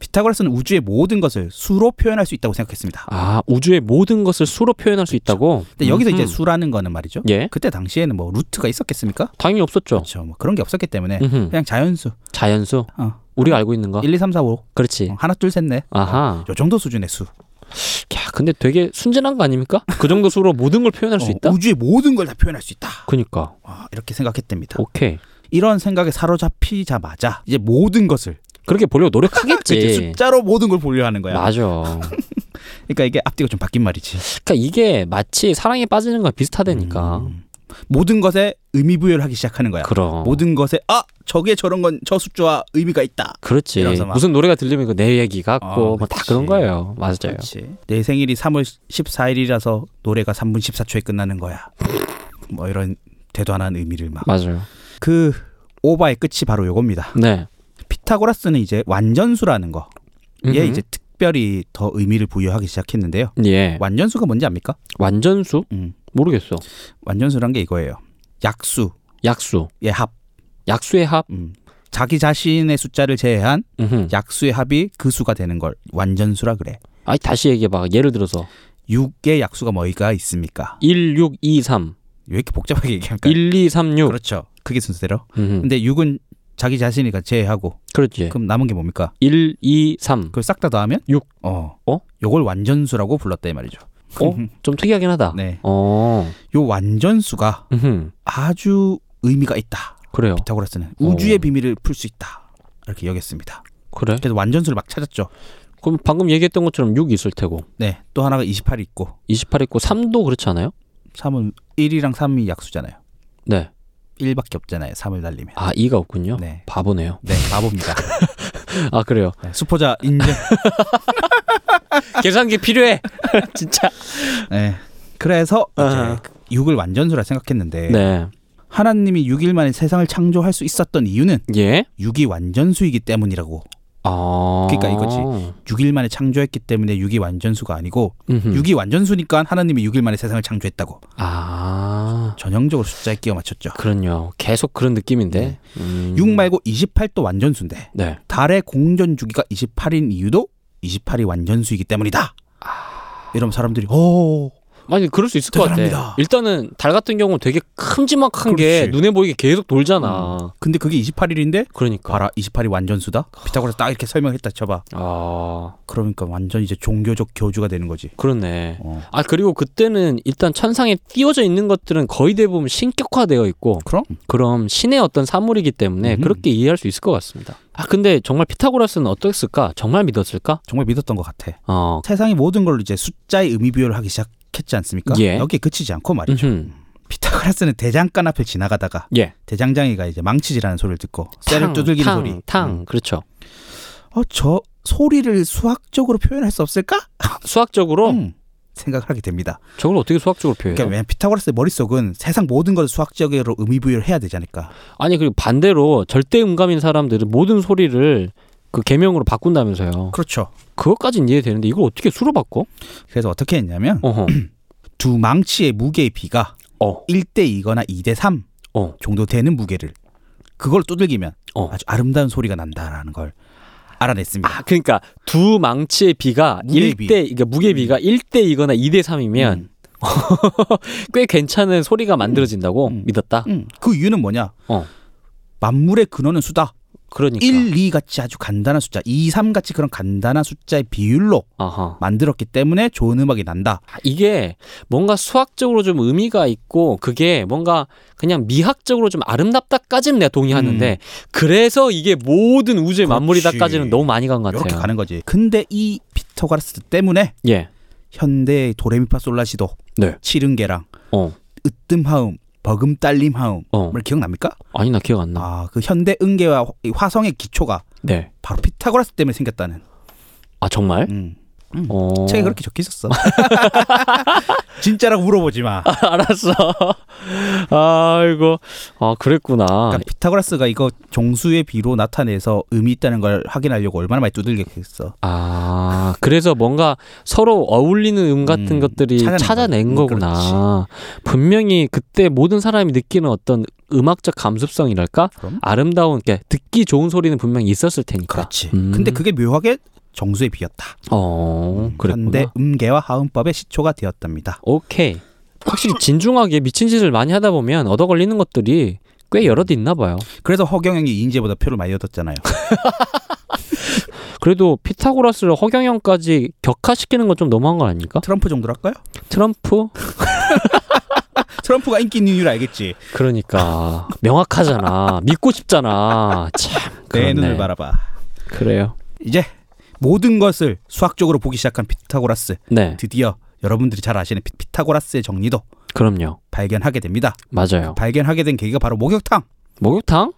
S3: 피타고라스는 우주의 모든 것을 수로 표현할 수 있다고 생각했습니다.
S2: 아 우주의 모든 것을 수로 표현할 수 있다고.
S3: 그렇죠. 근데 여기서 이제
S2: 음흠.
S3: 수라는 거는 말이죠.
S2: 예
S3: 그때 당시에는 뭐 루트가 있었겠습니까?
S2: 당연히 없었죠.
S3: 그렇죠. 네. 뭐 그런 게 없었기 때문에
S2: 음흠.
S3: 그냥 자연수
S2: 자연수.
S3: 어.
S2: 우리가 알고 있는 거.
S3: 1, 2, 3, 4, 5
S2: 그렇지.
S3: 어, 하나 둘 셋 넷.
S2: 아하.
S3: 요 정도 수준의 수.
S2: 야 근데 되게 순진한 거 아닙니까? 그 정도 수로 모든 걸 표현할 수
S3: 어,
S2: 있다.
S3: 우주의 모든 걸 다 표현할 수 있다.
S2: 그니까.
S3: 와, 이렇게 생각했답니다.
S2: 오케이.
S3: 이런 생각에 사로잡히자마자 이제 모든 것을
S2: 그렇게 보려고
S3: *laughs* 이제
S2: 노력하겠지.
S3: 숫자로 모든 걸 보려 하는 거야.
S2: 맞아.
S3: 그러니까 이게 앞뒤가 좀 바뀐 말이지.
S2: 그러니까 이게 마치 사랑에 빠지는 거 비슷하다니까.
S3: 음. 모든 것에 의미 부여를 하기 시작하는 거야.
S2: 그러니까. 그럼.
S3: 모든 것에 아 저게 저런 건 저 숫자와 의미가 있다.
S2: 그렇지.
S3: 이러면서 막-
S2: 무슨 노래가 들리면 이거 내 얘기 같고
S3: 어,
S2: 뭐 다
S3: 그치.
S2: 그런 거예요. 맞아요.
S3: 그렇지. 내 생일이 3월 14일이라서 노래가 3분 14초에 끝나는 거야. 뭐 이런 대도 안 하는 의미를 막.
S2: 맞아요.
S3: 그 오바의 끝이 바로 요겁니다.
S2: 네.
S3: 피타고라스는 이제 완전수라는 거. 얘
S2: 음흠.
S3: 이제 특별히 더 의미를 부여하기 시작했는데요.
S2: 예.
S3: 완전수가 뭔지 압니까?
S2: 완전수?
S3: 음.
S2: 모르겠어.
S3: 완전수란 게 이거예요. 약수,
S2: 약수.
S3: 의 합.
S2: 약수의 합.
S3: 음. 자기 자신의 숫자를 제외한
S2: 음흠.
S3: 약수의 합이 그 수가 되는 걸 완전수라 그래.
S2: 아니 다시 얘기해 봐. 예를 들어서
S3: 6의 약수가 뭐가 있습니까?
S2: 1623,
S3: 왜 이렇게 복잡하게 얘기할까?
S2: 1236.
S3: 그렇죠. 그게 순서대로.
S2: 음흠.
S3: 근데 6은 자기 자신이니까 제외하고
S2: 그렇지.
S3: 그럼 남은 게 뭡니까?
S2: 1 2 3.
S3: 그걸 싹 다 더하면
S2: 육.
S3: 어.
S2: 어?
S3: 요걸 완전수라고 불렀다 이 말이죠. *laughs*
S2: 어? 좀 특이하긴 하다.
S3: 네.
S2: 어.
S3: 요 완전수가
S2: 음흠.
S3: 아주 의미가 있다.
S2: 그래요.
S3: 피타고라스는
S2: 어.
S3: 우주의 비밀을 풀 수 있다. 이렇게 여겼습니다.
S2: 그래.
S3: 그래서 완전수를 막 찾았죠.
S2: 그럼 방금 얘기했던 것처럼 6 있을 테고
S3: 네. 또 하나가 28이 있고
S2: 28 있고 3도 그렇지 않아요?
S3: 3은 1이랑 3이 약수잖아요.
S2: 네.
S3: 1밖에 없잖아요. 3을 달리면.
S2: 아, 2가 없군요.
S3: 네.
S2: 바보네요.
S3: 네,
S2: *laughs*
S3: 바보입니다.
S2: 아, 그래요.
S3: 네, 수포자 인증.
S2: 계산기
S3: *laughs*
S2: 필요해. 진짜.
S3: 네. 그래서
S2: 아하.
S3: 이제 6을 완전수라 생각했는데
S2: 네.
S3: 하나님이 6일 만에 세상을 창조할 수 있었던 이유는
S2: 예.
S3: 6이 완전수이기 때문이라고.
S2: 아.
S3: 그러니까 이거지. 6일 만에 창조했기 때문에 6이 완전수가 아니고
S2: 음흠.
S3: 6이 완전수니까 하나님이 6일 만에 세상을 창조했다고.
S2: 아.
S3: 전형적으로 숫자에 끼워 맞췄죠.
S2: 그럼요. 계속 그런 느낌인데. 음.
S3: 6 네. 말고 28도 완전수인데
S2: 네.
S3: 달의 공전 주기가 28인 이유도 28이 완전수이기 때문이다. 이러면 사람들이 어, 오
S2: 아니 그럴 수 있을 것 같아.
S3: 대단합니다.
S2: 일단은 달 같은 경우는 되게 큼지막한 게
S3: 그렇지. 음.
S2: 눈에 보이게 계속 돌잖아.
S3: 근데 그게 28일인데
S2: 그러니까.
S3: 봐라 28이 완전수다. 피타고라스 딱 이렇게 설명했다 쳐봐.
S2: 아
S3: 그러니까 완전 이제 종교적 교주가 되는 거지.
S2: 그렇네.
S3: 어.
S2: 아 그리고 그때는 일단 천상에 띄워져 있는 것들은 거의 대부분 신격화되어 있고
S3: 그럼
S2: 그럼 신의 어떤 사물이기 때문에
S3: 음.
S2: 그렇게 이해할 수 있을 것 같습니다. 아 근데 정말 피타고라스는 어땠을까? 정말 믿었을까?
S3: 정말 믿었던 것 같아.
S2: 어.
S3: 세상의 모든 걸 이제 숫자의 의미 부여를 하기 시작했지 않습니까?
S2: 예.
S3: 여기에 그치지 않고 말이죠.
S2: 음흠.
S3: 피타고라스는 대장간 앞을 지나가다가
S2: 예.
S3: 대장장이가 이제 망치질하는 소리를 듣고 쇠를
S2: 탕,
S3: 두들기는
S2: 탕,
S3: 소리. 음.
S2: 탕. 그렇죠.
S3: 어저 소리를 수학적으로 표현할 수 없을까?
S2: 수학적으로
S3: 음, 생각을 하게 됩니다.
S2: 저걸 어떻게 수학적으로 표현해요?
S3: 그러니까 왜냐면 피타고라스의 머릿속은 세상 모든 걸 수학적으로 의미 부여를 해야 되지 않을까?
S2: 아니 그리고 반대로 절대 음감인 사람들은 모든 소리를 그 개명으로 바꾼다면서요.
S3: 그렇죠.
S2: 그것까진 이해되는데 이걸 어떻게 수로 바꿔?
S3: 그래서 어떻게 했냐면 *clears throat*
S2: 어허.
S3: 두 망치의 무게의 비가
S2: 어.
S3: 1대 2거나 2대 3
S2: 어.
S3: 정도 되는 무게를 그걸 두들기면
S2: 어.
S3: 아주 아름다운 소리가 난다라는 걸 알아냈습니다.
S2: 아, 그러니까 두 망치의 비가
S3: 무게의
S2: 1대 그러니까 무게 비가 1대 2거나 2대 3이면
S3: 음.
S2: 꽤 괜찮은 소리가 만들어진다고
S3: 음.
S2: 믿었다.
S3: 음, 그 이유는 뭐냐?
S2: 어.
S3: 만물의 근원은 수다.
S2: 그러니까.
S3: 1, 2 같이 아주 간단한 숫자, 2, 3 같이 그런 간단한 숫자의 비율로
S2: 아하.
S3: 만들었기 때문에 좋은 음악이 난다.
S2: 이게 뭔가 수학적으로 좀 의미가 있고 그게 뭔가 그냥 미학적으로 좀 아름답다까지는 내가 동의하는데 그래서 이게 모든 우주의
S3: 음. 그렇지.
S2: 만물이다까지는 너무 많이 간 것
S3: 이렇게
S2: 같아요.
S3: 가는 거지. 근데 이 피터 가라스 때문에
S2: 예.
S3: 현대의 도레미파 솔라시도,
S2: 네.
S3: 치른게랑
S2: 어.
S3: 으뜸하음, 버금 딸림하음을
S2: 어.
S3: 기억납니까?
S2: 아니 나 기억 안 나.
S3: 아, 그 현대 음계와 화- 이 화성의 기초가
S2: 네.
S3: 바로 피타고라스 때문에 생겼다는.
S2: 아 정말?
S3: 음.
S2: 어.
S3: 책에 그렇게 적혀 있었어. *laughs* 진짜라고 물어보지 마.
S2: *laughs* 아, 알았어. *laughs* 아이고. 아 그랬구나.
S3: 그러니까 피타고라스가 이거 종수의 비로 나타내서 의미 있다는 걸 확인하려고 얼마나 많이 두들겼겠어.
S2: 아, 그래서 뭔가 서로 어울리는 음 같은
S3: 음,
S2: 것들이
S3: 찾아낸 음,
S2: 찾아낸
S3: 거.
S2: 거구나. 분명히 그때 모든 사람이 느끼는 어떤 음악적 감수성이랄까?
S3: 그럼?
S2: 아름다운, 그러니까 듣기 좋은 소리는 분명히 있었을 테니까. 음.
S3: 근데 그게 묘하게 정수의 비였다. 음,
S2: 어, 그랬구나.
S3: 현대 음계와 하음법의 시초가 되었답니다.
S2: 오케이. 확실히 진중하게 미친 짓을 많이 하다 보면 얻어 걸리는 것들이
S3: 음.
S2: 꽤 여럿 있나 봐요.
S3: 그래서 허경영이 이인재보다 표를 많이 얻었잖아요.
S2: 그래도 피타고라스를 허경영까지 격하시키는 건 좀 너무한 거 아닙니까?
S3: *laughs* 트럼프 정도로 할까요?
S2: 트럼프?
S3: 트럼프가 인기 있는 이유 알겠지.
S2: 그러니까 명확하잖아. 믿고 싶잖아. 참.
S3: 내
S2: 그렇네.
S3: 눈을 바라봐.
S2: 그래요.
S3: 이제 모든 것을 수학적으로 보기 시작한 피타고라스.
S2: 네.
S3: 드디어 여러분들이 잘 아시는 피- 피타고라스의 정리도
S2: 그럼요.
S3: 발견하게 됩니다.
S2: 맞아요.
S3: 발견하게 된 계기가 바로 목욕탕.
S2: 목욕탕?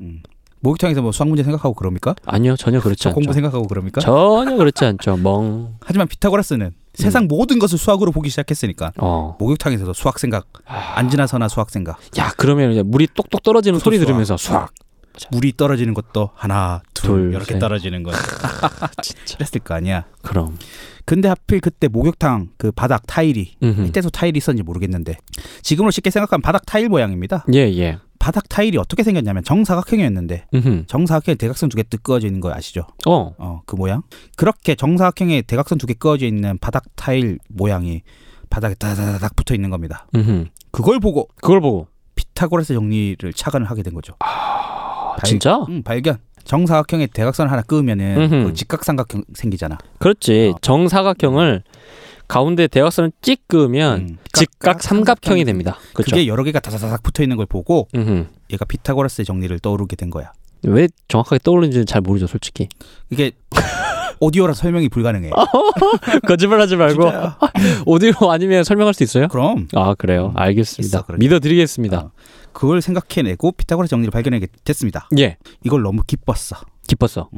S3: 목욕탕에서 뭐 수학 문제 생각하고 그럽니까?
S2: 아니요. 전혀 그렇지
S3: 수학
S2: 않죠.
S3: 공부 생각하고 그럽니까?
S2: 전혀 그렇지 않죠. 멍.
S3: 하지만 피타고라스는 세상 모든 것을 수학으로 보기 시작했으니까
S2: 어.
S3: 목욕탕에서도 수학 생각, 앉으나서나 수학 생각,
S2: 야, 그러면 이제 물이 똑똑 떨어지는
S3: 그것도
S2: 소리
S3: 수학.
S2: 들으면서 수학.
S3: 물이 떨어지는 것도 하나, 둘,
S2: 둘,
S3: 이렇게
S2: 셋.
S3: 떨어지는 거. 아, 그랬을 거 아니야.
S2: 그럼.
S3: 근데 하필 그때 목욕탕 그 바닥 타일이
S2: 음흠.
S3: 이때도 타일이 있었는지 모르겠는데 지금으로 쉽게 생각하면 바닥 타일 모양입니다.
S2: 예, 예.
S3: 바닥 타일이 어떻게 생겼냐면 정사각형이었는데
S2: 음흠.
S3: 정사각형에 대각선 두 개 끄어져 있는 거 아시죠?
S2: 어.
S3: 어 그 모양 그렇게 정사각형에 대각선 두 개 끄어져 있는 바닥 타일 모양이 바닥에 다다닥 붙어 있는 겁니다.
S2: 음흠.
S3: 그걸 보고
S2: 그걸 보고
S3: 피타고라스 정리를 착안을 하게 된 거죠.
S2: 아,
S3: 발-
S2: 진짜?
S3: 음, 발견. 정사각형에 대각선을 하나 끄으면은
S2: 음흠.
S3: 그 직각삼각형 생기잖아.
S2: 그렇지. 정사각형을 가운데 대각선을 찍 그으면
S3: 음.
S2: 직각 삼각형이 됩니다.
S3: 그게
S2: 그렇죠.
S3: 여러 개가 다다닥 붙어 있는 걸 보고
S2: 음흠.
S3: 얘가 피타고라스의 정리를 떠오르게 된 거야.
S2: 왜 정확하게 떠오르는지는 잘 모르죠,
S3: *laughs*
S2: 솔직히.
S3: 이게 오디오라 설명이 불가능해.
S2: 거짓말하지 말고
S3: 아, 진짜야.
S2: 오디오 아니면 설명할 수 있어요?
S3: 그럼
S2: 아 그래요.
S3: 음,
S2: 알겠습니다.
S3: 있어, 그렇죠.
S2: 믿어드리겠습니다.
S3: 어. 그걸 생각해내고 피타고라스 정리를 발견하게 됐습니다.
S2: 예,
S3: 이걸 너무 기뻤어.
S2: 기뻤어.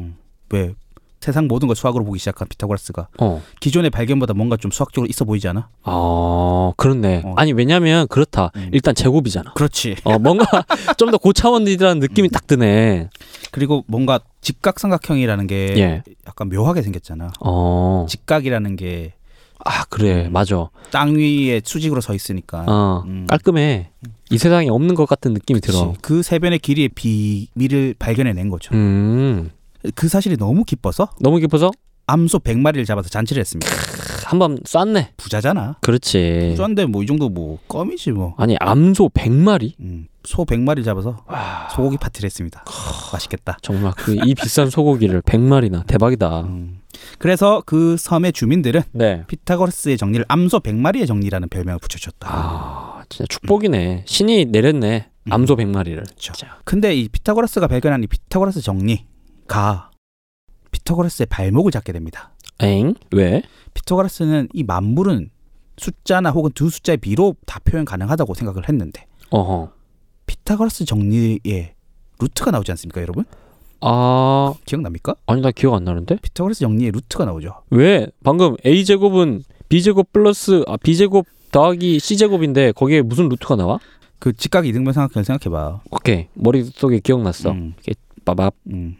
S3: 왜 세상 모든 걸 수학으로 보기 시작한 피타고라스가
S2: 어,
S3: 기존의 발견보다 뭔가 좀 수학적으로 있어 보이지 않아?
S2: 아 그렇네.
S3: 어.
S2: 아니 왜냐면 그렇다.
S3: 음.
S2: 일단 제곱이잖아.
S3: 그렇지.
S2: 어 뭔가 *laughs* 좀 더 고차원이라는
S3: 음.
S2: 느낌이 딱 드네.
S3: 그리고 뭔가 직각삼각형이라는 게
S2: 예.
S3: 약간 묘하게 생겼잖아.
S2: 어,
S3: 직각이라는 게 땅
S2: 아 그래, 맞아.
S3: 위에 수직으로 서 있으니까.
S2: 어,
S3: 음.
S2: 깔끔해. 이 세상에 없는 것 같은 느낌이 들어.
S3: 그치. 그 세변의 길이의 비밀을 발견해낸 거죠.
S2: 음,
S3: 그 사실이 너무 기뻐서
S2: 너무 기뻐서
S3: 암소 100마리를 잡아서 잔치를 했습니다.
S2: 한번 쐈네.
S3: 부자잖아.
S2: 그렇지.
S3: 부자인데 뭐 이 정도 뭐 껌이지 뭐.
S2: 아니 암소 100마리?
S3: 음, 소 100마리를 잡아서 소고기 파티를 했습니다. 맛있겠다.
S2: 정말 그 이 비싼 소고기를 100마리나 대박이다.
S3: 음. 그래서 그 섬의 주민들은
S2: 네.
S3: 피타고라스의 정리를 암소 100마리의 정리라는 별명을 붙여줬다.
S2: 아 진짜 축복이네 신이 내렸네 암소 100마리를
S3: 그쵸.
S2: 자,
S3: 근데 이 피타고라스가 발견한 이 피타고라스 정리가 피타고라스의 발목을 잡게 됩니다.
S2: 엥? 왜?
S3: 피타고라스는 이 만물은 숫자나 혹은 두 숫자의 비로 다 표현 가능하다고 생각을 했는데
S2: 어허
S3: 피타고라스 정리의 루트가 나오지 않습니까, 여러분?
S2: 아
S3: 기억납니까?
S2: 아니 나 기억 안 나는데
S3: 피타고라스 정리의 루트가 나오죠.
S2: 왜 방금 A 제곱은 B 제곱 플러스 아, B 제곱 더하기 C 제곱인데 거기에 무슨 루트가 나와?
S3: 그 직각 이등변 삼각형 생각해봐.
S2: 오케이 머릿속에 기억났어
S3: 음,
S2: 빠밥
S3: 음.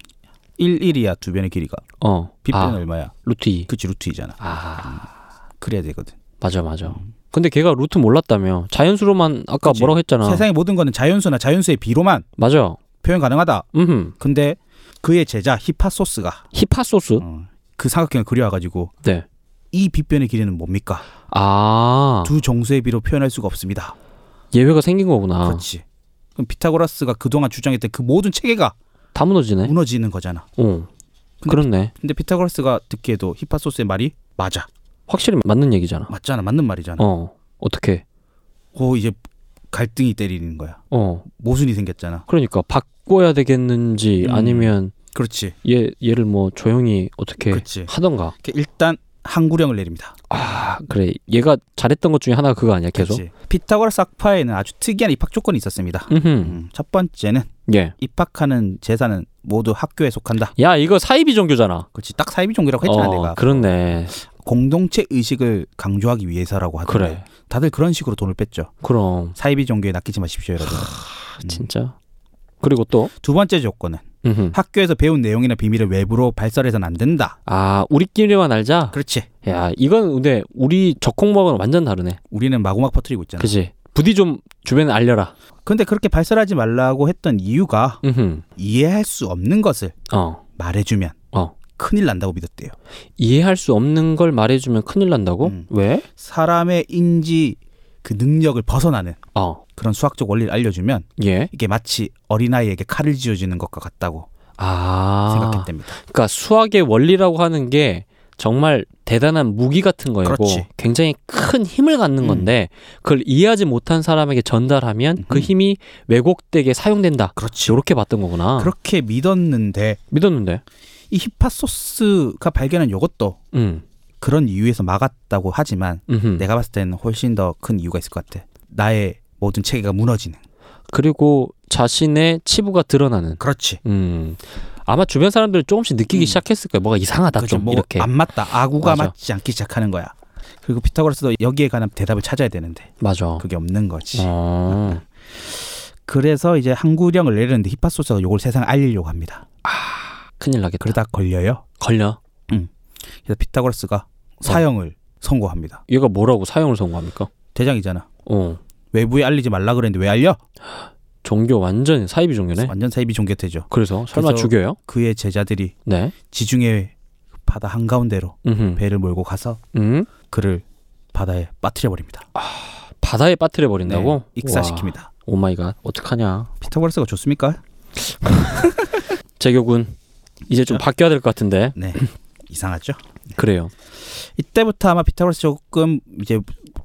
S3: 1, 1이야 두 변의 길이가.
S2: 어
S3: 빗변은
S2: 아,
S3: 얼마야?
S2: 루트 2
S3: 그치 루트이잖아.
S2: 아,
S3: 그래야 되거든.
S2: 맞아 맞아 근데 걔가 루트 몰랐다며 자연수로만 아까
S3: 그치.
S2: 뭐라고 했잖아
S3: 세상의 모든 거는 자연수나 자연수의 비로만
S2: 맞아
S3: 표현 가능하다.
S2: 음
S3: 근데 그의 제자 히파소스가
S2: 히파소스
S3: 어, 그 삼각형을 그려와가지고
S2: 네
S3: 이 빗변의 길이는 뭡니까?
S2: 아,
S3: 두 정수의 비로 표현할 수가 없습니다.
S2: 예외가 생긴 거구나.
S3: 그렇지. 그럼 피타고라스가 그동안 주장했던 그 모든 체계가
S2: 다 무너지네.
S3: 무너지는 거잖아.
S2: 어. 그렇네.
S3: 음. 근데 피타고라스가 듣기에도 히파소스의 말이 맞아.
S2: 확실히 맞는 얘기잖아.
S3: 맞잖아. 맞는 말이잖아.
S2: 어. 어떻게?
S3: 고 이제 갈등이 때리는 거야.
S2: 어.
S3: 모순이 생겼잖아.
S2: 그러니까 바꿔야 되겠는지
S3: 음.
S2: 아니면
S3: 그렇지.
S2: 얘 얘를 뭐 조용히 어떻게
S3: 그치.
S2: 하던가.
S3: 예. 이렇게 일단 항구령을 내립니다.
S2: 아, 그래. 얘가 잘했던 것 중에 하나가 그거 아니야, 계속?
S3: 그치? 피타고라스 학파에는 아주 특이한 입학 조건이 있었습니다.
S2: 음.
S3: 음, 첫 번째는
S2: 예.
S3: 입학하는 재산은 모두 학교에 속한다.
S2: 야, 이거 사이비 종교잖아.
S3: 그렇지. 딱 사이비 종교라고 했잖아
S2: 어,
S3: 내가.
S2: 그렇네.
S3: 공동체 의식을 강조하기 위해서라고 하던데.
S2: 그래.
S3: 다들 그런 식으로 돈을 뺐죠.
S2: 그럼
S3: 사이비 종교에 낚이지 마십시오, 여러분. 음.
S2: 아, 진짜. 그리고 또
S3: 두 번째 조건은
S2: 음흠.
S3: 학교에서 배운 내용이나 비밀을 외부로 발설해서는 안 된다.
S2: 아, 우리끼리만 알자.
S3: 그렇지.
S2: 야, 이건 근데 우리 적콩먹은 완전 다르네.
S3: 우리는 마구막 퍼뜨리고 있잖아.
S2: 그지? 부디 좀 주변에 알려라.
S3: 근데 그렇게 발설하지 말라고 했던 이유가
S2: 음.
S3: 이해할 수 없는 것을
S2: 어.
S3: 말해주면
S2: 어.
S3: 큰일 난다고 믿었대요.
S2: 이해할 수 없는 걸 말해주면 큰일 난다고?
S3: 음.
S2: 왜?
S3: 사람의 인지 그 능력을 벗어나는
S2: 어.
S3: 그런 수학적 원리를 알려주면
S2: 예.
S3: 이게 마치 어린아이에게 칼을 쥐어주는 것과 같다고
S2: 아.
S3: 생각했답니다.
S2: 그러니까 수학의 원리라고 하는 게 정말 대단한 무기 같은 거고
S3: 그렇지.
S2: 굉장히 큰 힘을 갖는
S3: 음.
S2: 건데 그걸 이해하지 못한 사람에게 전달하면 그
S3: 음.
S2: 힘이 왜곡되게 사용된다.
S3: 그렇지.
S2: 이렇게 봤던 거구나.
S3: 그렇게 믿었는데
S2: 믿었는데.
S3: 이 히파소스가 발견한 이것도
S2: 음.
S3: 그런 이유에서 막았다고 하지만
S2: 음.
S3: 내가 봤을 때는 훨씬 더 큰 이유가 있을 것 같아. 나의 모든 체계가 무너지는.
S2: 그리고 자신의 치부가 드러나는.
S3: 그렇지.
S2: 음. 아마 주변 사람들이 조금씩 느끼기
S3: 음.
S2: 시작했을 거야. 뭐가 이상하다
S3: 그렇죠.
S2: 좀
S3: 뭐
S2: 이렇게.
S3: 안 맞다. 아구가
S2: 맞아.
S3: 맞지 않기 시작하는 거야. 그리고 피타고라스도 여기에 관한 대답을 찾아야 되는데
S2: 맞아.
S3: 그게 없는 거지.
S2: 어.
S3: 그래서 이제 항구령을 내리는데 히파소스가 요걸 세상에 알리려고 합니다.
S2: 큰일 나겠다.
S3: 그러다 걸려요.
S2: 걸려.
S3: 그래서
S2: 어.
S3: 피타고라스가 사형을 선고합니다.
S2: 얘가 뭐라고 사형을 선고합니까?
S3: 대장이잖아.
S2: 어.
S3: 외부에 알리지 말라 그랬는데 왜 알려?
S2: 종교 완전 사이비 종교네.
S3: 완전 사이비 종교태죠.
S2: 그래서 설마
S3: 그래서-
S2: 죽여요?
S3: 그의 제자들이
S2: 네.
S3: 지중해 바다 한가운데로
S2: 음.
S3: 배를 몰고 가서
S2: 음.
S3: 그를 바다에 빠뜨려 버립니다.
S2: 바다에 빠뜨려 버린다고?
S3: 네. 익사시킵니다.
S2: 오 마이 갓. 어떡하냐.
S3: 피타고라스가 좋습니까?
S2: 재교군 이제 좀 바뀌어야 될 것 같은데.
S3: 네.
S2: *laughs*
S3: 이상하죠?
S2: 그래요.
S3: 이때부터 아마 피타고라스 조금 이제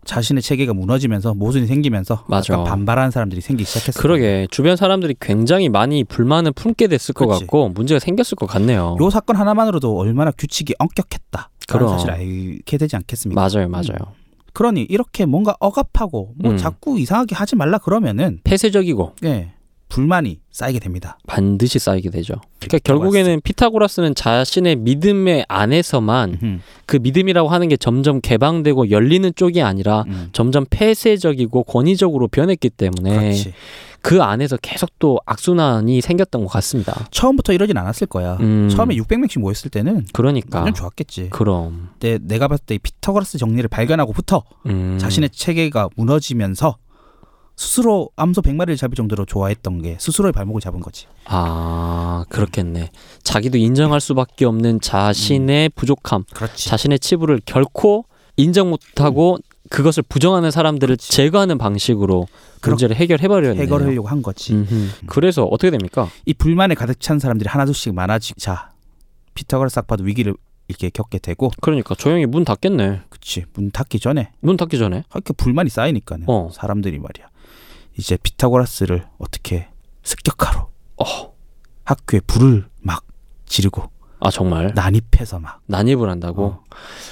S3: 자신의 체계가 무너지면서 모순이 생기면서
S2: 맞아.
S3: 약간 반발하는 사람들이 생기기 시작했어요.
S2: 그러게 주변 사람들이 굉장히 많이 불만을 품게 됐을 것
S3: 그치.
S2: 같고 문제가 생겼을 것 같네요.
S3: 요 사건 하나만으로도 얼마나 규칙이 엄격했다. 그런
S2: 어. 그럼.
S3: 사실 알게 되지 않겠습니까?
S2: 맞아요, 맞아요.
S3: 음. 그러니 이렇게 뭔가 억압하고 뭐
S2: 음.
S3: 자꾸 이상하게 하지 말라 그러면은
S2: 폐쇄적이고
S3: 예, 불만이 쌓이게 됩니다.
S2: 반드시 쌓이게 되죠. 그러니까
S3: 피타고라스.
S2: 결국에는 피타고라스는 자신의 믿음의 안에서만
S3: 음,
S2: 그 믿음이라고 하는 게 점점 개방되고 열리는 쪽이 아니라
S3: 음.
S2: 점점 폐쇄적이고 권위적으로 변했기 때문에
S3: 그렇지.
S2: 그 안에서 계속 또 악순환이 생겼던 것 같습니다.
S3: 처음부터 이러진 않았을 거야.
S2: 음.
S3: 처음에 600명씩 모였을 때는
S2: 그러니까
S3: 완전 좋았겠지.
S2: 그럼
S3: 근데 내가 봤을 때 이 피타고라스 정리를 발견하고부터
S2: 음.
S3: 자신의 체계가 무너지면서 스스로 암소 100마리를 잡을 정도로 좋아했던 게 스스로의 발목을 잡은 거지.
S2: 아 그렇겠네. 자기도 인정할 수밖에 없는 자신의 부족함,
S3: 음. 그렇지.
S2: 자신의 치부를 결코 인정 못하고
S3: 음.
S2: 그것을 부정하는 사람들을 제거하는 방식으로 문제를 해결해 버려야
S3: 해결하려고 한
S2: 음.
S3: 거지.
S2: 그래서 어떻게 됩니까?
S3: 이 불만에 가득 찬 사람들이 하나둘씩 많아지자 피타고라스 학파도 위기를 이렇게 겪게 되고
S2: 그러니까 조용히 문 닫겠네.
S3: 그치 문 닫기 전에
S2: 문 닫기 전에.
S3: 이렇게 불만이 쌓이니까는
S2: 어.
S3: 사람들이 말이야 이제 피타고라스를 어떻게 습격하러
S2: 어.
S3: 학교에 불을 막 지르고
S2: 아 정말
S3: 난입해서 막
S2: 난입을 한다고.
S3: 어.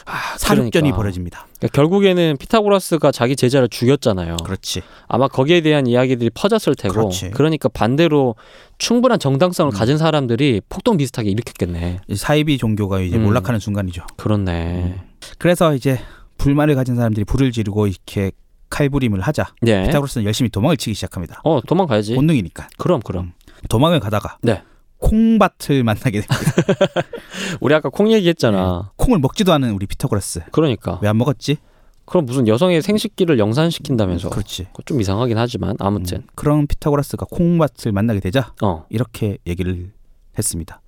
S2: 아,
S3: 사륙전이
S2: 그러니까.
S3: 벌어집니다.
S2: 그러니까 결국에는 피타고라스가 자기 제자를 죽였잖아요.
S3: 그렇지.
S2: 아마 거기에 대한 이야기들이 퍼졌을 테고
S3: 그렇지. 음.
S2: 그러니까 반대로 충분한 정당성을 가진 사람들이 폭동 비슷하게 일으켰겠네.
S3: 이 사이비 종교가 이제
S2: 음.
S3: 몰락하는 순간이죠.
S2: 그렇네.
S3: 음. 그래서 이제 불만을 가진 사람들이 불을 지르고 이렇게 칼부림을 하자.
S2: 네.
S3: 피타고라스는 열심히 도망을 치기 시작합니다.
S2: 어 도망가야지.
S3: 본능이니까.
S2: 그럼 그럼.
S3: 도망을 가다가
S2: 네.
S3: 콩밭을 만나게 됩니다. 음.
S2: 우리 아까 콩 얘기했잖아.
S3: *laughs* 콩을 먹지도 않은 우리 피타고라스.
S2: 그러니까
S3: 네. 왜 안 먹었지?
S2: 그럼 무슨 여성의 생식기를 영산시킨다면서.
S3: 음, 그렇지.
S2: 그거 좀 이상하긴 하지만 아무튼
S3: 음. 그런 피타고라스가 콩밭을 만나게 되자
S2: 어
S3: 이렇게 얘기를 했습니다.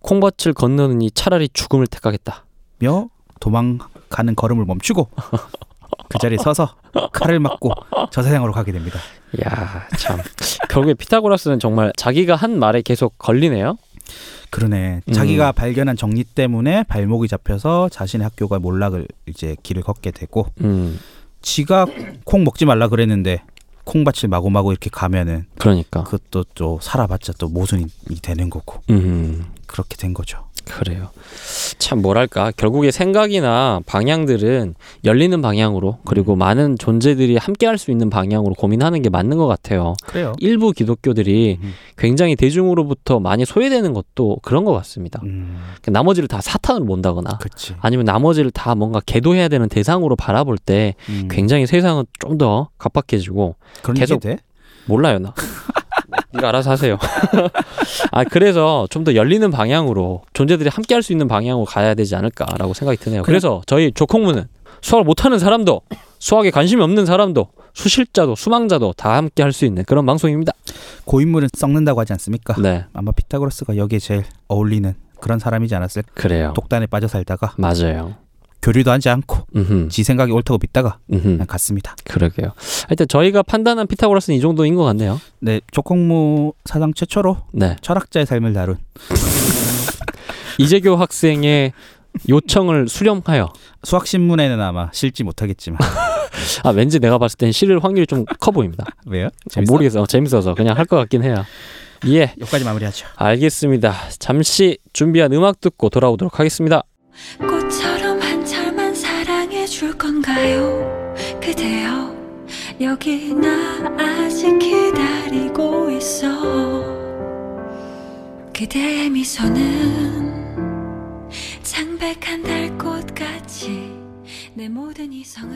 S2: 콩밭을 건너느니 차라리 죽음을 택하겠다. *laughs*
S3: 며 도망가는 걸음을 멈추고 그 자리에 서서 칼을 맞고 저 세상으로 가게 됩니다.
S2: 야, 참. *laughs* 결국에 피타고라스는 정말 자기가 한 말에 계속 걸리네요.
S3: 그러네.
S2: 음.
S3: 자기가 발견한 정리 때문에 발목이 잡혀서 자신의 학교가 몰락을 이제 길을 걷게 되고
S2: 음,
S3: 지가 콩 먹지 말라 그랬는데 콩밭을 마구마구 이렇게 가면은
S2: 그러니까.
S3: 그것도 또 살아봤자 또 모순이 되는 거고
S2: 음,
S3: 그렇게 된 거죠.
S2: 그래요. 참 뭐랄까 결국에 생각이나 방향들은 열리는 방향으로 그리고 많은 존재들이 함께할 수 있는 방향으로 고민하는 게 맞는 것 같아요.
S3: 그래요.
S2: 일부 기독교들이
S3: 음.
S2: 굉장히 대중으로부터 많이 소외되는 것도 그런 것 같습니다. 그러니까 나머지를 다 사탄으로 본다거나
S3: 음, 그렇지.
S2: 아니면 나머지를 다 뭔가 개도해야 되는 대상으로 바라볼 때 굉장히 세상은 좀 더 각박해지고
S3: 음, 그런
S2: 계속-
S3: 얘기 돼?
S2: 몰라요 나. 네가 알아서 하세요. *laughs* 아 그래서 좀 더 열리는 방향으로 존재들이 함께할 수 있는 방향으로 가야 되지 않을까라고 생각이 드네요. 그래서 저희 조콩무는 수학을 못하는 사람도 수학에 관심이 없는 사람도 수실자도 수망자도 다 함께할 수 있는 그런 방송입니다.
S3: 고인물은 썩는다고 하지 않습니까?
S2: 네
S3: 아마 피타고라스가 여기에 제일 어울리는 그런 사람이지 않았을까?
S2: 그래요.
S3: 독단에 빠져 살다가
S2: 맞아요.
S3: 교류도 하지 않고
S2: 음,
S3: 지 생각이 옳다고 믿다가
S2: 음,
S3: 그냥 갔습니다.
S2: 그러게요. 하여튼 저희가 판단한 피타고라스는 이 정도인 것 같네요.
S3: 네, 조콩무 사상 최초로
S2: 네
S3: 철학자의 삶을 다룬
S2: 이재교 학생의 요청을 수렴하여
S3: 수학 신문에는 아마 실지 *laughs* 못하겠지만
S2: 아 왠지 내가 봤을 땐 실을 확률이 좀 커 보입니다.
S3: 왜요?
S2: 아,
S3: 재밌어?
S2: 모르겠어. 어, 재밌어서 그냥 할 것 같긴 해요. 예,
S3: 여기까지 마무리하죠.
S2: 알겠습니다. 잠시 준비한 음악 듣고 돌아오도록 하겠습니다.
S5: 꽃처럼 한 절만 사랑해 줄 건가요? 그대여 여기 나 아직 기다리고 있어 그대의 미소는 창백한 달꽃같이 내 모든 이성을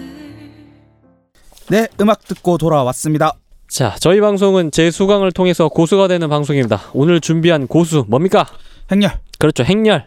S3: 네, 음악 듣고 돌아왔습니다.
S2: 자, 저희 방송은 제 수강을 통해서 고수가 되는 방송입니다. 오늘 준비한 고수 뭡니까?
S3: 행렬,
S2: 그렇죠, 행렬.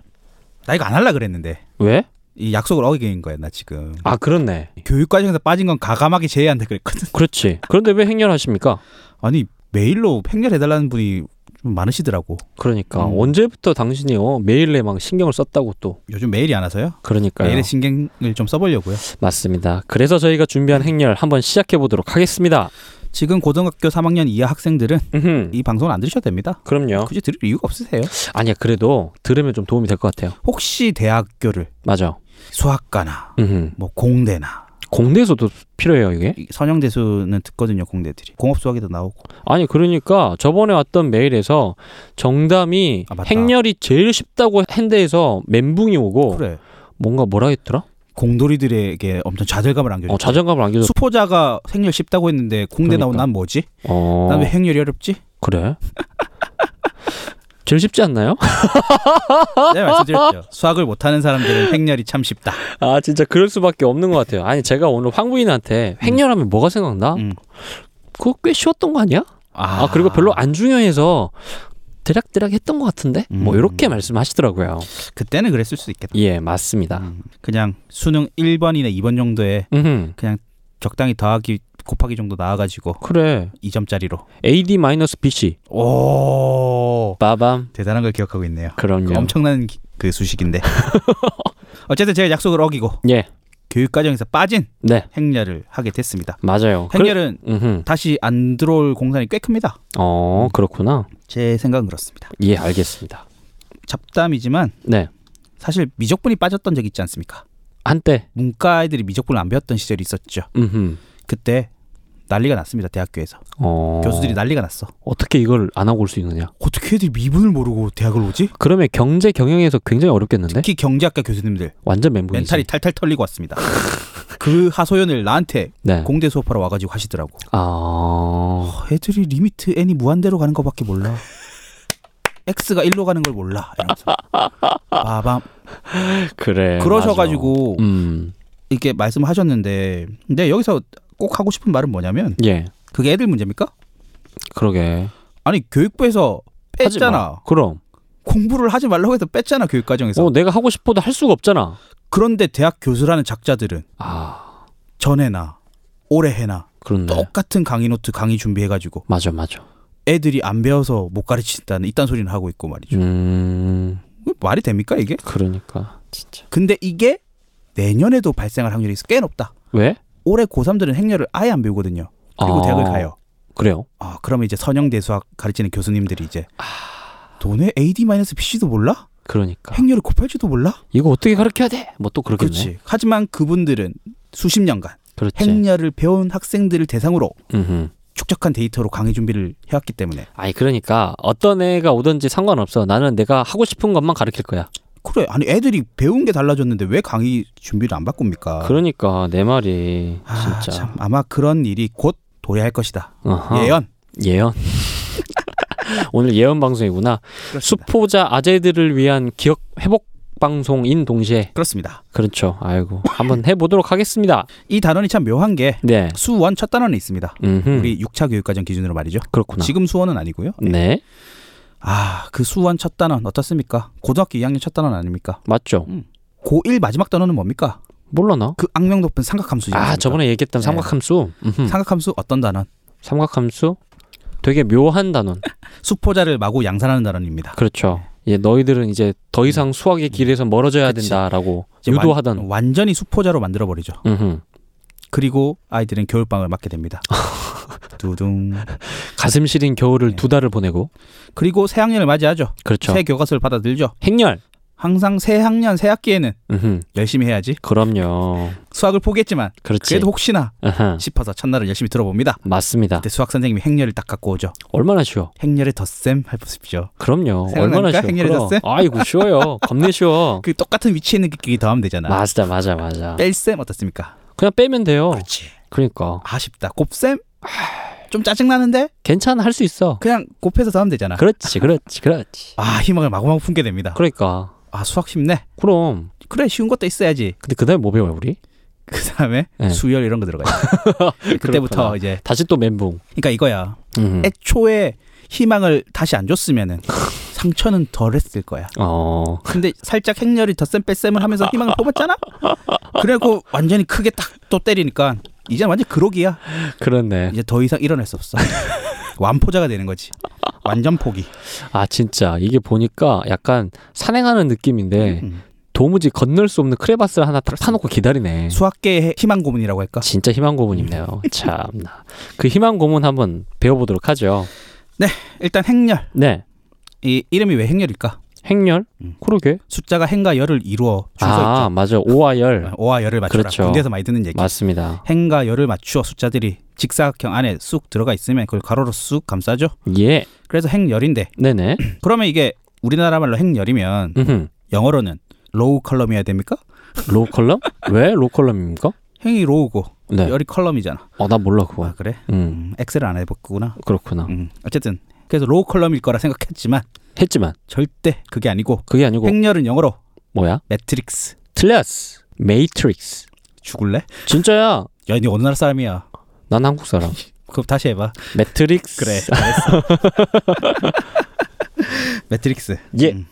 S3: 나 이거 안 할라 그랬는데
S2: 왜?
S3: 이 약속을 어긴 거야 나 지금.
S2: 아, 그렇네.
S3: 교육 과정에서 빠진 건 가감하게 제외한다 그랬거든. *laughs*
S2: 그렇지. 그런데 왜 행렬하십니까?
S3: 아니 메일로 행렬해달라는 분이 좀 많으시더라고.
S2: 그러니까
S3: 음.
S2: 언제부터 당신이 요 메일에 막 신경을 썼다고 또
S3: 요즘 메일이 안 와서요.
S2: 그러니까요.
S3: 메일에 신경을 좀 써보려고요.
S2: 맞습니다. 그래서 저희가 준비한 행렬 한번 시작해 보도록 하겠습니다.
S3: 지금 고등학교 3학년 이하 학생들은
S2: 음흠.
S3: 이 방송을 안 들으셔도 됩니다.
S2: 그럼요.
S3: 굳이 들을 이유가 없으세요.
S2: 아니야, 그래도 들으면 좀 도움이 될 것 같아요.
S3: 혹시 대학교를
S2: 맞아.
S3: 수학과나
S2: 음흠.
S3: 뭐 공대나
S2: 공대에서도 필요해요 이게
S3: 이 선형대수는 듣거든요 공대들이 공업 수학에도 나오고
S2: 아니 그러니까 저번에 왔던 메일에서 정담이
S3: 아, 맞다.
S2: 행렬이 제일 쉽다고 핸드에서 멘붕이 오고
S3: 그래
S2: 뭔가 뭐라 했더라
S3: 공돌이들에게 엄청 좌절감을 안겨줘.
S2: 어, 자존감을 안겨줬
S3: 네. 수포자가 행렬 쉽다고 했는데 공대 나온
S2: 그러니까.
S3: 난 뭐지?
S2: 어
S3: 난 왜 행렬이 어렵지?
S2: 그래 제일 쉽지
S3: *laughs*
S2: 않나요
S3: 내가
S2: *laughs*
S3: 네, 말씀드렸죠. 수학을 못하는 사람들은 행렬이 참 쉽다.
S2: 아 진짜 그럴 수밖에 없는 것 같아요 아니 제가 오늘 황부인한테 행렬하면 뭐가 생각나
S3: 음.
S2: 그거 꽤 쉬웠던 거 아니야 아, 그리고 별로 안 중요해서 대략대략 했던 것 같은데 뭐
S3: 음.
S2: 이렇게 말씀하시더라고요
S3: 그때는 그랬을 수도 있겠다.
S2: 예 맞습니다
S3: 음. 그냥 수능 1번이나 2번 정도에
S2: 음
S3: 적당히 더하기 곱하기 정도 나와가지고
S2: 그래
S3: 2점짜리로.
S2: AD 마이너스 BC
S3: 오
S2: 빠밤
S3: 대단한 걸 기억하고 있네요.
S2: 그럼요.
S3: 그 엄청난 기- 그 수식인데. *laughs* 어쨌든 제가 약속을 어기고
S2: 예.
S3: 교육 과정에서 빠진
S2: 네.
S3: 행렬을 하게 됐습니다.
S2: 맞아요.
S3: 행렬은
S2: 그래, 음흠.
S3: 다시 안 들어올 공산이 꽤 큽니다. 음.
S2: 어, 그렇구나.
S3: 제 생각은 그렇습니다.
S2: 예, 알겠습니다.
S3: 잡담이지만
S2: 네.
S3: 사실 미적분이 빠졌던 적 있지 않습니까?
S2: 한때
S3: 문과 애들이 미적분을 안 배웠던 시절이 있었죠.
S2: 음흠.
S3: 그때 난리가 났습니다. 대학교에서
S2: 어.
S3: 교수들이 난리가 났어.
S2: 어떻게 이걸 안 하고 올 수 있느냐?
S3: 어떻게 애들이 미분을 모르고 대학을 오지?
S2: 그러면 경제 경영에서 굉장히 어렵겠는데?
S3: 특히 경제학과 교수님들
S2: 완전 멘붕이지.
S3: 멘탈이 탈탈 털리고 왔습니다. 그 하소연을 나한테
S2: 네.
S3: 공대 수업하러 와가지고 하시더라고.
S2: 아.
S3: 어, 애들이 리미트 n이 무한대로 가는 것밖에 몰라. x가 1로 가는 걸 몰라. 이러면서. 빠밤.
S2: 그래.
S3: 그러셔가지고
S2: 네, 맞아. 음.
S3: 이렇게 말씀을 하셨는데 근데 여기서 꼭 하고 싶은 말은 뭐냐면
S2: 예.
S3: 그게 애들 문제입니까?
S2: 그러게.
S3: 아니 교육부에서
S2: 하지
S3: 뺐잖아.
S2: 마. 그럼.
S3: 공부를 하지 말라고 해서 뺐잖아 교육 과정에서.
S2: 어, 내가 하고 싶어도 할 수가 없잖아.
S3: 그런데 대학 교수라는 작자들은
S2: 아,
S3: 전해나 올해해나
S2: 그렇네.
S3: 똑같은 강의 노트 강의 준비해가지고
S2: 맞아, 맞아.
S3: 애들이 안 배워서 못 가르친다는 이딴 소리는 하고 있고 말이죠.
S2: 음.
S3: 이거 말이 됩니까 이게?
S2: 그러니까 진짜.
S3: 근데 이게 내년에도 발생할 확률이 꽤 높다.
S2: 왜?
S3: 올해 고3들은 행렬을 아예 안 배우거든요. 그리고
S2: 아,
S3: 대학을 가요.
S2: 그래요?
S3: 아, 그러면 이제 선형대 수학 가르치는 교수님들이 이제 너네 AD-BC도 몰라?
S2: 그러니까
S3: 행렬을 곱할지도 몰라?
S2: 이거 어떻게 가르쳐야 돼? 뭐 또 그러겠네.
S3: 그렇지. 하지만 그분들은 수십 년간
S2: 그렇지.
S3: 행렬을 배운 학생들을 대상으로
S2: 음흠.
S3: 축적한 데이터로 강의 준비를 해왔기 때문에
S2: 아니 그러니까 어떤 애가 오든지 상관없어. 나는 내가 하고 싶은 것만 가르칠 거야.
S3: 그래 아니 애들이 배운 게 달라졌는데 왜 강의 준비를 안 바꿉니까?
S2: 그러니까 내 말이
S3: 아,
S2: 진짜.
S3: 참 아마 그런 일이 곧 도래할 것이다.
S2: 어허.
S3: 예언.
S2: 예언. *laughs* 오늘 예언 방송이구나.
S3: 그렇습니다.
S2: 수포자 아재들을 위한 기억 회복 방송인 동시에
S3: 그렇습니다.
S2: 그렇죠. 아이고
S3: *laughs*
S2: 한번 해보도록 하겠습니다.
S3: 이 단원이 참 묘한 게
S2: 네.
S3: 수원 첫 단원에 있습니다.
S2: 음흠.
S3: 우리 6차 교육과정 기준으로 말이죠.
S2: 그렇구나.
S3: 지금 수원은 아니고요.
S2: 네.
S3: 아, 그 수원 첫 단원 어떻습니까? 고등학교 2학년 첫 단원 아닙니까?
S2: 맞죠.
S3: 고1 마지막 단원은 뭡니까?
S2: 몰라 나.
S3: 그 악명 높은 삼각함수죠.
S2: 아 저번에 얘기했던
S3: 네.
S2: 삼각함수. 음흠.
S3: 삼각함수 어떤 단원?
S2: 삼각함수. 되게 묘한
S3: *laughs*
S2: 단원.
S3: 수포자를 마구 양산하는 단원입니다.
S2: 그렇죠. 예, 너희들은 이제 더 이상 수학의 길에서 멀어져야
S3: 음. 그치.
S2: 된다라고
S3: 이제 음.
S2: 유도하던.
S3: 완, 완전히 수포자로 만들어 버리죠.
S2: 음흠.
S3: 그리고 아이들은 겨울방을
S2: *laughs*
S3: 맞게 됩니다. 두둥.
S2: 가슴 시린 겨울을
S3: 네.
S2: 두 달을 보내고.
S3: 그리고 새 학년을 맞이하죠.
S2: 그렇죠.
S3: 새 교과서를 받아들죠.
S2: 행렬.
S3: 항상 새 학년 새 학기에는
S2: 음흠.
S3: 열심히 해야지.
S2: 그럼요.
S3: 수학을 포기했지만
S2: 그렇지.
S3: 그래도 혹시나
S2: 아하.
S3: 싶어서 첫날을 열심히 들어봅니다.
S2: 맞습니다.
S3: 그때 수학 선생님이 행렬을 딱 갖고 오죠.
S2: 얼마나 쉬워?
S3: 행렬의 덧셈 해보십시오.
S2: 그럼요.
S3: 생각나니까?
S2: 얼마나 쉬워?
S3: 행렬이
S2: 그럼.
S3: 됐어요?
S2: 아이고 쉬워요. 겁내 쉬워.
S3: *laughs* 그 똑같은 위치에 있는 끼리 더하면 되잖아.
S2: 맞아, 맞아, 맞아.
S3: 뺄셈 어떻습니까?
S2: 그냥 빼면 돼요.
S3: 그렇지.
S2: 그러니까
S3: 아쉽다. 곱셈? 좀 짜증나는데
S2: 괜찮아 할 수 있어.
S3: 그냥 곱해서 더하면 되잖아.
S2: 그렇지, 그렇지, 그렇지.
S3: 아 희망을 마구마구 품게 됩니다.
S2: 그러니까
S3: 아 수학 쉽네.
S2: 그럼.
S3: 그래 쉬운 것도 있어야지.
S2: 근데 그다음에 뭐 배워요 우리?
S3: 그 다음에
S2: 네.
S3: 수열 이런
S2: *laughs*
S3: 거 들어가요. 그때부터
S2: 그렇구나.
S3: 이제
S2: 다시 또 멘붕.
S3: 그러니까 이거야.
S2: 음.
S3: 애초에 희망을 다시 안 줬으면은 상처는 덜했을 거야.
S2: 어.
S3: 근데 살짝 행렬이 덧셈 뺄셈을 하면서 희망을 뽑았잖아. 그래갖고 완전히 크게 딱 또 때리니까 이제 완전 그로기야.
S2: 그렇네.
S3: 이제 더 이상 일어날 수 없어. 완포자가 되는 거지. 완전 포기.
S2: 아 진짜 이게 보니까 약간 산행하는 느낌인데
S3: 음.
S2: 도무지 건널 수 없는 크레바스를 하나 딱 파놓고 기다리네.
S3: 수학계의 희망 고문이라고 할까?
S2: 진짜 희망 고문이네요.
S3: 음. *laughs*
S2: 참나. 그 희망 고문 한번 배워보도록 하죠.
S3: 일단 행렬.
S2: 네.
S3: 이 이름이 왜 행렬일까?
S2: 행렬?
S3: 음.
S2: 그러게.
S3: 숫자가 행과 열을 이루어
S2: 아,
S3: 줄서 네,
S2: 맞아. 오와 열.
S3: 있죠. 오와 열을 맞춰라.
S2: 그렇죠.
S3: 군대에서 많이 듣는 얘기.
S2: 맞습니다.
S3: 행과 열을 맞추어 숫자들이 직사각형 안에 쑥 들어가 있으면 그걸 가로로 쑥 감싸죠.
S2: 예.
S3: 그래서 행열인데
S2: 네네.
S3: 그러면 이게 우리나라 말로 행열이면
S2: 음흠.
S3: 영어로는 로우 컬럼이어야 됩니까?
S2: 로우 컬럼? 왜 로우 컬럼입니까?
S3: 행이 로우고
S2: 네.
S3: 열이 컬럼이잖아.
S2: 어, 나 몰라,
S3: 아
S2: 그거.
S3: 그래?
S2: 음,
S3: 음, 엑셀을 안 해봤구나.
S2: 그렇구나.
S3: 음, 어쨌든 그래서 로우 컬럼일 거라 생각했지만
S2: 했지만,
S3: 절대 그게 아니고
S2: 그게 아니고,
S3: 행열은 영어로
S2: 뭐야?
S3: 매트릭스.
S2: 틀렸어. 메이트릭스.
S3: 죽을래?
S2: 진짜야.
S3: 야, 니 어느 나라 사람이야?
S2: 난 한국 사람.
S3: 그럼 다시 해봐.
S2: 매트릭스. *laughs*
S3: *laughs* 그래. 잘했어. 매트릭스.
S2: 예.
S3: 음.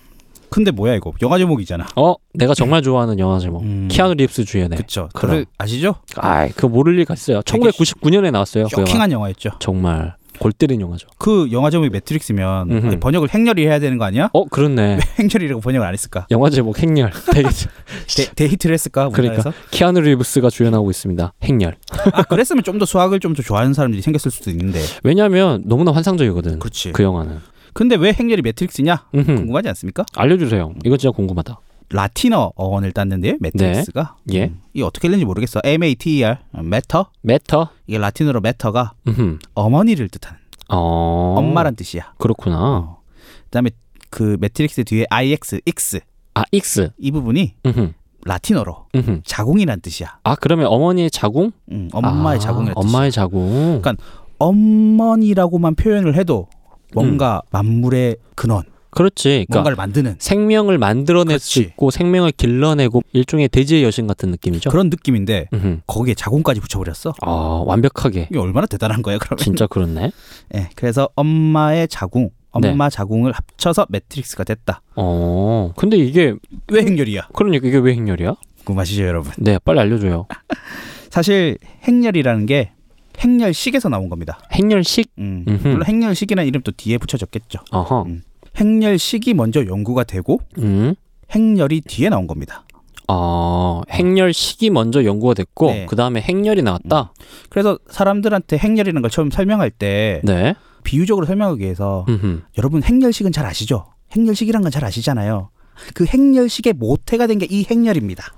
S3: 근데 뭐야 이거? 영화 제목이잖아.
S2: 어, 내가 정말 좋아하는 영화 제목.
S3: 음.
S2: 키아누 립스 주연의.
S3: 그쵸.
S2: 그럼.
S3: 그걸 아시죠?
S2: 아이, 그거 모를 리가 있어요. 1999년에 나왔어요. 그 영화.
S3: 쇼킹한 영화였죠.
S2: 정말 골 때린 영화죠.
S3: 그 영화 제목이 매트릭스면
S2: 음흠.
S3: 아니, 번역을 행렬이 해야 되는 거 아니야? *laughs*
S2: 어, 그렇네.
S3: 행렬이라고 번역을 안 했을까?
S2: 영화 제목 행렬. 되게
S3: 데, 데이트를 했을까? 우리나라에서?
S2: 그러니까 키아누 리브스가 주연하고 있습니다. 행렬.
S3: 아, 그랬으면 좀 더 수학을 좀 더 좋아하는 사람들이 생겼을 수도 있는데.
S2: 왜냐하면 너무나 환상적이거든. 그
S3: 그렇지.
S2: 영화는.
S3: 근데 왜 행렬이 매트릭스냐?
S2: 음흠.
S3: 궁금하지 않습니까?
S2: 알려주세요. 이건 진짜 궁금하다.
S3: 라틴어 어원을 땄는데요. 매트릭스가
S2: 예.
S3: 이 어떻게 읽는지 모르겠어. M A T E R 매터
S2: 메터.
S3: 이게 라틴어로 매터가
S2: 음흠.
S3: 어머니를 뜻하는
S2: 어.
S3: 엄마란 뜻이야.
S2: 그렇구나.
S3: 어. 그다음에 그 매트릭스 뒤에 I X X
S2: 아 익스.
S3: 이 부분이
S2: 음흠.
S3: 라틴어로
S2: 음흠.
S3: 자궁이란 뜻이야.
S2: 아 그러면 어머니의 자궁?
S3: 음, 엄마의
S2: 아,
S3: 자궁이란 뜻이야.
S2: 엄마의 자궁.
S3: 그러니까- 어머니라고만 표현을 해도 뭔가 만물의 근원,
S2: 음. 그렇지. 그러니까
S3: 뭔가를 만드는
S2: 생명을 만들어낼 수
S3: 그렇지.
S2: 있고 생명을 길러내고 일종의 대지의 여신 같은 느낌이죠.
S3: 그런 느낌인데
S2: 음흠.
S3: 거기에 자궁까지 붙여버렸어.
S2: 아 완벽하게.
S3: 이게 얼마나 대단한 거야 그러면.
S2: 진짜 그렇네.
S3: *laughs* 예, 그래서 엄마의 자궁, 엄마
S2: 네.
S3: 자궁을 합쳐서 매트릭스가 됐다.
S2: 어. 근데 이게
S3: 왜 행렬이야?
S2: 그러니까 이게 왜 행렬이야?
S3: 궁금하시죠 여러분?
S2: 네, 빨리 알려줘요.
S3: 사실 행렬이라는 게 행렬식에서 나온 겁니다.
S2: 행렬식.
S3: 음,
S2: 음흠.
S3: 물론 행렬식이라는 이름도 뒤에 붙여졌겠죠.
S2: 어허.
S3: 음. 행렬식이 먼저 연구가 되고
S2: 음.
S3: 행렬이 뒤에 나온 겁니다.
S2: 어, 행렬 시기 먼저 연구가 됐고
S3: 네.
S2: 그 다음에 행렬이 나왔다.
S3: 그래서 사람들한테 행렬이라는 걸 처음 설명할 때
S2: 네.
S3: 비유적으로 설명하기 위해서
S2: 음흠.
S3: 여러분 행렬식은 잘 아시죠? 행렬식이란 건 잘 아시잖아요. 그 행렬식의 모태가 된 게 이 행렬입니다.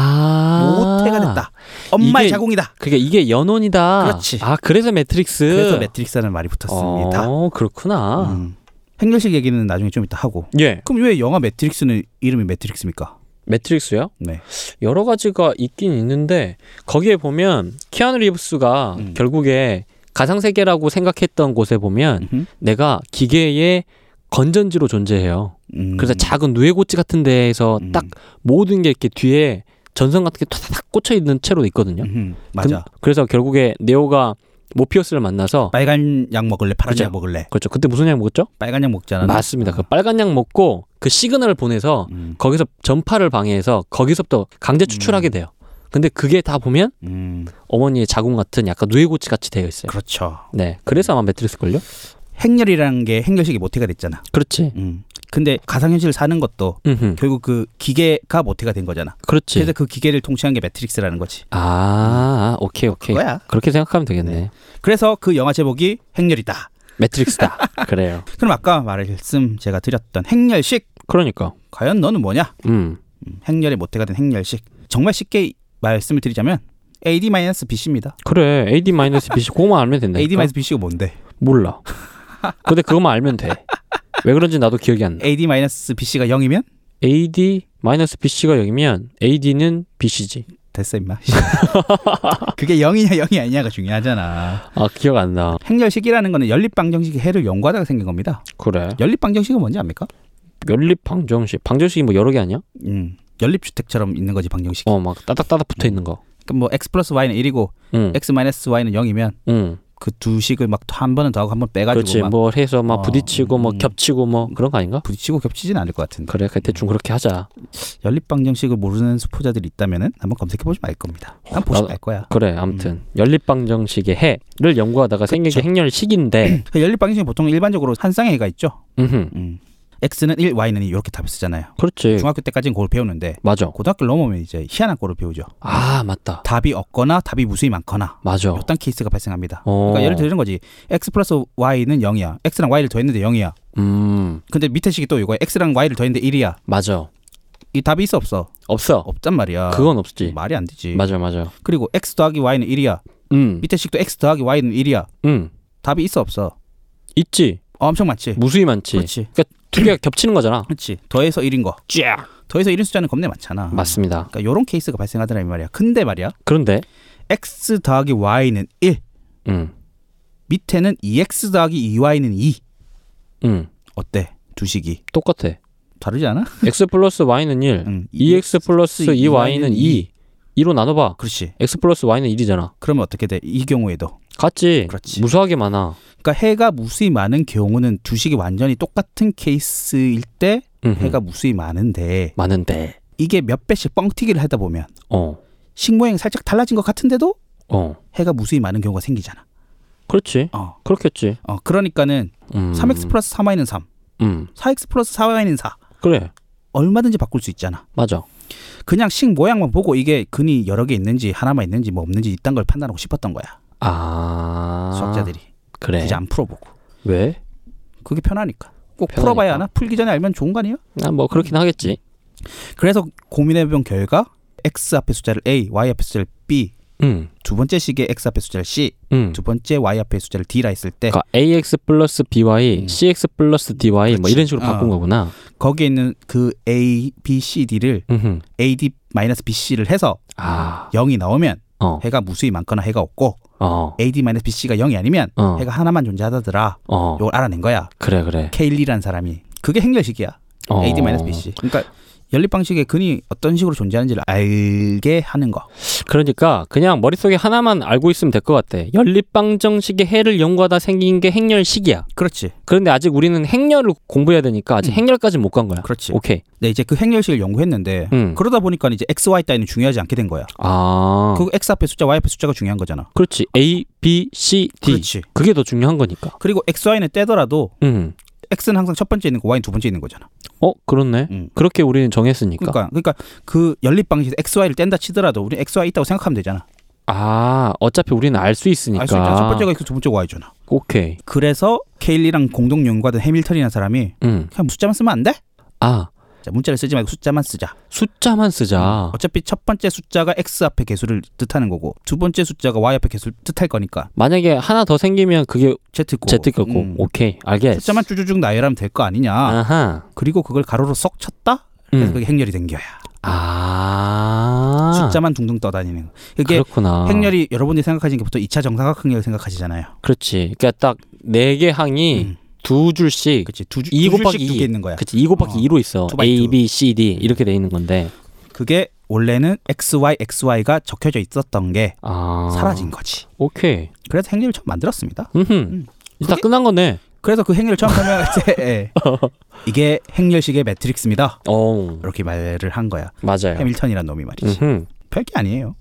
S2: 아
S3: 모태가 됐다. 엄마의
S2: 이게-
S3: 자궁이다.
S2: 그게 이게 연원이다.
S3: 그렇지.
S2: 아 그래서 매트릭스.
S3: 그래서 매트릭스라는 말이 붙었습니다.
S2: 어 그렇구나.
S3: 음. 행렬식 얘기는 나중에 좀 이따 하고.
S2: 예,
S3: 그럼 왜 영화 매트릭스는 이름이 매트릭스입니까?
S2: 매트릭스요?
S3: 네.
S2: 여러 가지가 있긴 있는데 거기에 보면 키아누 리브스가
S3: 음.
S2: 결국에 가상 세계라고 생각했던 곳에 보면
S3: 음흠.
S2: 내가 기계의 건전지로 존재해요.
S3: 음.
S2: 그래서 작은 누에고치 같은 데에서
S3: 음.
S2: 딱 모든 게 이렇게 뒤에 전선 같은 게 탁탁 꽂혀 있는 채로 있거든요.
S3: 음흠. 맞아.
S2: 그, 래서 결국에 네오가 모피어스를 만나서
S3: 빨간 약 먹을래? 파란
S2: 그죠.
S3: 약 먹을래?
S2: 그렇죠. 그때 무슨 약 먹었죠?
S3: 빨간 약 먹잖아.
S2: 맞습니다. 그 빨간 약 먹고 그 시그널을 보내서
S3: 음.
S2: 거기서 전파를 방해해서 거기서부터 강제 추출하게 돼요. 근데 그게 다 보면
S3: 음.
S2: 네. 어머니의 자궁 같은 약간 누에고치 같이 되어 있어요.
S3: 그렇죠.
S2: 네, 그래서 아마 매트릭스걸요?
S3: 행렬이라는 게 행렬식이 모태가 됐잖아.
S2: 그렇지.
S3: 음. 근데 가상현실 사는 것도
S2: 음,
S3: 결국 그 기계가 모태가 된 거잖아.
S2: 그렇지.
S3: 그래서 그 기계를 통치한 게 매트릭스라는 거지.
S2: 아, 아, 오케이, 오케이.
S3: 그거야.
S2: 그렇게 생각하면 되겠네.
S3: 그래서 그 영화 제목이 행렬이다.
S2: *laughs* 매트릭스다. 그래요.
S3: 그럼 아까 말씀 제가 드렸던 행렬식
S2: 그러니까.
S3: 과연 너는 뭐냐?
S2: 음.
S3: 음, 행렬의 모태가 된 행렬식. 정말 쉽게 말씀을 드리자면 AD-BC입니다.
S2: 그래. AD 마이너스 BC 네, 그거만 알면 된다.
S3: AD-BC가 뭔데?
S2: 몰라. *laughs* 근데 그거만 알면 돼. 왜 그런지 나도 기억이 안 나.
S3: AD-BC가 0이면
S2: AD 마이너스 BC가 0이면 AD는 BC지.
S3: 됐어 임마. *laughs* 그게 0이냐 0이 아니냐가 중요하잖아.
S2: 아, 기억 안 나.
S3: 행렬식이라는 거는 연립 방정식의 해를 연구하다가 생긴 겁니다.
S2: 그래.
S3: 연립 방정식은 뭔지 압니까?
S2: 연립 방정식. 방정식이 뭐 여러 개 아니야?
S3: 음. 연립 주택처럼 있는 거지 방정식.
S2: 어, 막
S3: 음.
S2: 따닥따닥 붙어 있는 거.
S3: 그럼 뭐 x 플러스 y는 1이고
S2: 응.
S3: x 마이너스 y는 0이면
S2: 응.
S3: 그 두 식을 막 한 번은 더하고 한 번 빼가지고
S2: 그렇지
S3: 막
S2: 뭐 해서 막
S3: 어,
S2: 부딪히고 뭐
S3: 음.
S2: 겹치고 뭐 그런 거 아닌가?
S3: 부딪히고 겹치진 않을 것 같은데
S2: 그래 그냥 대충 그렇게 하자
S3: 연립 방정식을 모르는 수포자들이 있다면은 한번 검색해 보시면 알 겁니다. 한번 보시면
S2: 어, 나도-
S3: 알 거야.
S2: 그래 아무튼
S3: 음.
S2: 연립방정식의 해를 연구하다가 생긴 게
S3: *clears throat*
S2: 행렬식인데
S3: 그 연립 방정식 보통 일반적으로 한 쌍의 해가 있죠.
S2: 음흠.
S3: 음. x는 1, y는 2 이렇게 답을 쓰잖아요. 음.
S2: 그렇지
S3: 중학교 때까지는 그걸 배우는데
S2: 맞아
S3: 고등학교 넘어오면 이제 희한한 꼴을 배우죠.
S2: 아 맞다
S3: 답이 없거나 답이 무수히 많거나
S2: 맞아
S3: 어떤 케이스가 발생합니다.
S2: 어.
S3: 그러니까 예를 들어 이런 거지. x 플러스 y는 0이야. x랑 y를 더했는데 0이야.
S2: 음
S3: 근데 밑에 식이 또 이거야. x랑 y를 더했는데 1이야.
S2: 맞아
S3: 이 답이 있어 없어?
S2: 없어
S3: 없단 말이야.
S2: 그건 없지
S3: 말이 안 되지.
S2: 맞아 맞아
S3: 그리고 x 더하기 y는 1이야.
S2: 음음 음.
S3: 밑에 식도 x 더하기 y는 1이야. 답이 있어 없어?
S2: 있지
S3: 어, 엄청 많지.
S2: 무수히 많지
S3: 그렇지. 음.
S2: 두 개가 겹치는 거잖아
S3: 그렇지. 더해서 1인 거.
S2: 쫙
S3: 더해서 1인 숫자는 겁내 많잖아.
S2: 맞습니다
S3: 그러니까 요런 케이스가 발생하더라 이 말이야. 근데 말이야.
S2: 그런데
S3: x 더하기 y는 1.
S2: 음음
S3: 밑에는 2x 더하기 2y는 2. 어때? 두 식이
S2: 음. 똑같아
S3: 다르지 않아?
S2: x 플러스 y는 1
S3: 응. E
S2: 2x 플러스 E 2y는 2 2로 나눠봐
S3: 그렇지.
S2: x 플러스 y는 1이잖아.
S3: 그러면 어떻게 돼? 이 경우에도.
S2: 같지?
S3: 그렇지.
S2: 무수하게 많아.
S3: 그러니까 해가 무수히 많은 경우는 두 식이 완전히 똑같은 케이스일 때
S2: 음흠.
S3: 해가 무수히 많은데
S2: 많은데.
S3: 이게 몇 배씩 뻥튀기를 하다 보면
S2: 어.
S3: 식 모양이 살짝 달라진 것 같은데도
S2: 어.
S3: 해가 무수히 많은 경우가 생기잖아.
S2: 그렇지.
S3: 어.
S2: 그렇겠지.
S3: 어, 그러니까는
S2: 음.
S3: 3x 플러스 3y는 3,
S2: 음.
S3: 4x 플러스 4y는 4.
S2: 그래.
S3: 얼마든지 바꿀 수 있잖아.
S2: 맞아.
S3: 그냥 식 모양만 보고 이게 근이 여러 개 있는지 하나만 있는지 뭐 없는지 이딴 걸 판단하고 싶었던 거야.
S2: 아. 네.
S3: 수학자들이.
S2: 그래.
S3: 굳이 안 풀어보고.
S2: 왜?
S3: 그게 편하니까. 꼭
S2: 편하니까.
S3: 풀어봐야 하나? 풀기 전에 알면 좋은 거 아니야?
S2: 아, 뭐 그렇긴 하겠지.
S3: 그래서 고민해본 결과 x 앞에 숫자를 a, y 앞에 숫자를 b,
S2: 음.
S3: 두 번째 식의 x 앞에 숫자를 c,
S2: 음.
S3: 두 번째 y 앞에 숫자를 d라 했을 때
S2: 그러니까 ax 플러스 by,
S3: 음.
S2: cx 플러스 dy 뭐
S3: 그렇지.
S2: 이런 식으로 바꾼
S3: 어.
S2: 거구나.
S3: 거기에 있는 그 a, b, c, d를
S2: 음.
S3: ad 마이너스 bc를 해서
S2: 아.
S3: 0이 나오면
S2: 어.
S3: 해가 무수히 많거나 해가 없고
S2: 어.
S3: ad 마이너스 bc가 0이 아니면
S2: 어.
S3: 해가 하나만 존재하다더라.
S2: 어.
S3: 이걸 알아낸 거야.
S2: 그래 그래.
S3: 케일리라는 사람이. 그게 행렬식이야.
S2: 어.
S3: ad 마이너스 bc. 그러니까 연립 방식의 근이 어떤 식으로 존재하는지를 알게 하는 거.
S2: 그러니까 그냥 머릿속에 하나만 알고 있으면 될 것 같아. 연립방정식의 해를 연구하다 생긴 게 행렬식이야.
S3: 그렇지.
S2: 그런데 아직 우리는 행렬을 공부해야 되니까 아직 행렬까지 못 간 거야.
S3: 음. 그렇지.
S2: 오케이.
S3: 네, 이제 그 행렬식을 연구했는데
S2: 음.
S3: 그러다 보니까 이제 x, y 따위는 중요하지 않게 된 거야.
S2: 아.
S3: 그 x 앞에 숫자, y 앞에 숫자가 중요한 거잖아.
S2: 그, 렇지 A, B, C, D.
S3: 그렇지.
S2: 그게 더 중요한 거니까.
S3: 그리고 x, y는 떼더라도
S2: 음.
S3: X는 항상 첫 번째 있는 거, Y는 두 번째 있는 거잖아.
S2: 어, 그렇네.
S3: 음.
S2: 그렇게 우리는 정했으니까.
S3: 그러니까 그러니까 그 연립 방식에서 XY를 뗀다 치더라도 우리 XY 있다고 생각하면 되잖아.
S2: 아, 어차피 우리는 알 수 있으니까.
S3: 알 수 있잖아. 첫 번째가 X, 두 번째가 Y잖아.
S2: 오케이.
S3: 그래서 케일리랑 공동 연구하던 해밀턴이라는 사람이
S2: 음.
S3: 그냥 뭐 숫자만 쓰면 안 돼?
S2: 아,
S3: 자, 문자를 쓰지 말고 숫자만 쓰자.
S2: 어. 숫자만 쓰자.
S3: 어차피 첫 번째 숫자가 X 앞에 개수를 뜻하는 거고 두 번째 숫자가 Y 앞에 개수를 뜻할 거니까
S2: 만약에 하나 더 생기면 그게
S3: Z고
S2: 제트거고.
S3: 음.
S2: 오케이. 알겠어.
S3: 숫자만 쭉쭉쭉 나열하면 될 거 아니냐.
S2: 네. 아하.
S3: 그리고 그걸 가로로 썩 쳤다? 그래서
S2: 음.
S3: 그게 행렬이 된 거야.
S2: 아.
S3: 숫자만 둥둥 떠다니는 거. 그게
S2: 그렇구나.
S3: 행렬이 여러분들이 생각하시는 게 보통 2차 정사각형이라고 생각하시잖아요.
S2: 그렇지. 그러니까 딱 네 개 항이
S3: 음.
S2: 두 줄씩.
S3: 그치. 두, 주,
S2: 이
S3: 두
S2: 곱하기
S3: 줄씩 두
S2: 이.
S3: 개 있는 거야.
S2: 그치. 2 곱하기
S3: 어.
S2: 2로 있어.
S3: 투 바이
S2: A,
S3: 투.
S2: B, C, D 이렇게 돼 있는 건데.
S3: 그게 원래는 XY, XY가 적혀져 있었던 게
S2: 아.
S3: 사라진 거지.
S2: 오케이.
S3: 그래서 행렬을 처음 만들었습니다.
S2: 음흠. 이제 다 끝난 거네.
S3: 그래서 그 행렬을 처음 하면
S2: *laughs*
S3: 이제 예. 이게 행렬식의 매트릭스입니다.
S2: 어.
S3: 이렇게 말을 한 거야.
S2: 맞아요.
S3: 해밀턴이란 놈이 말이지.
S2: 네. 음흠.
S3: 별게 아니에요.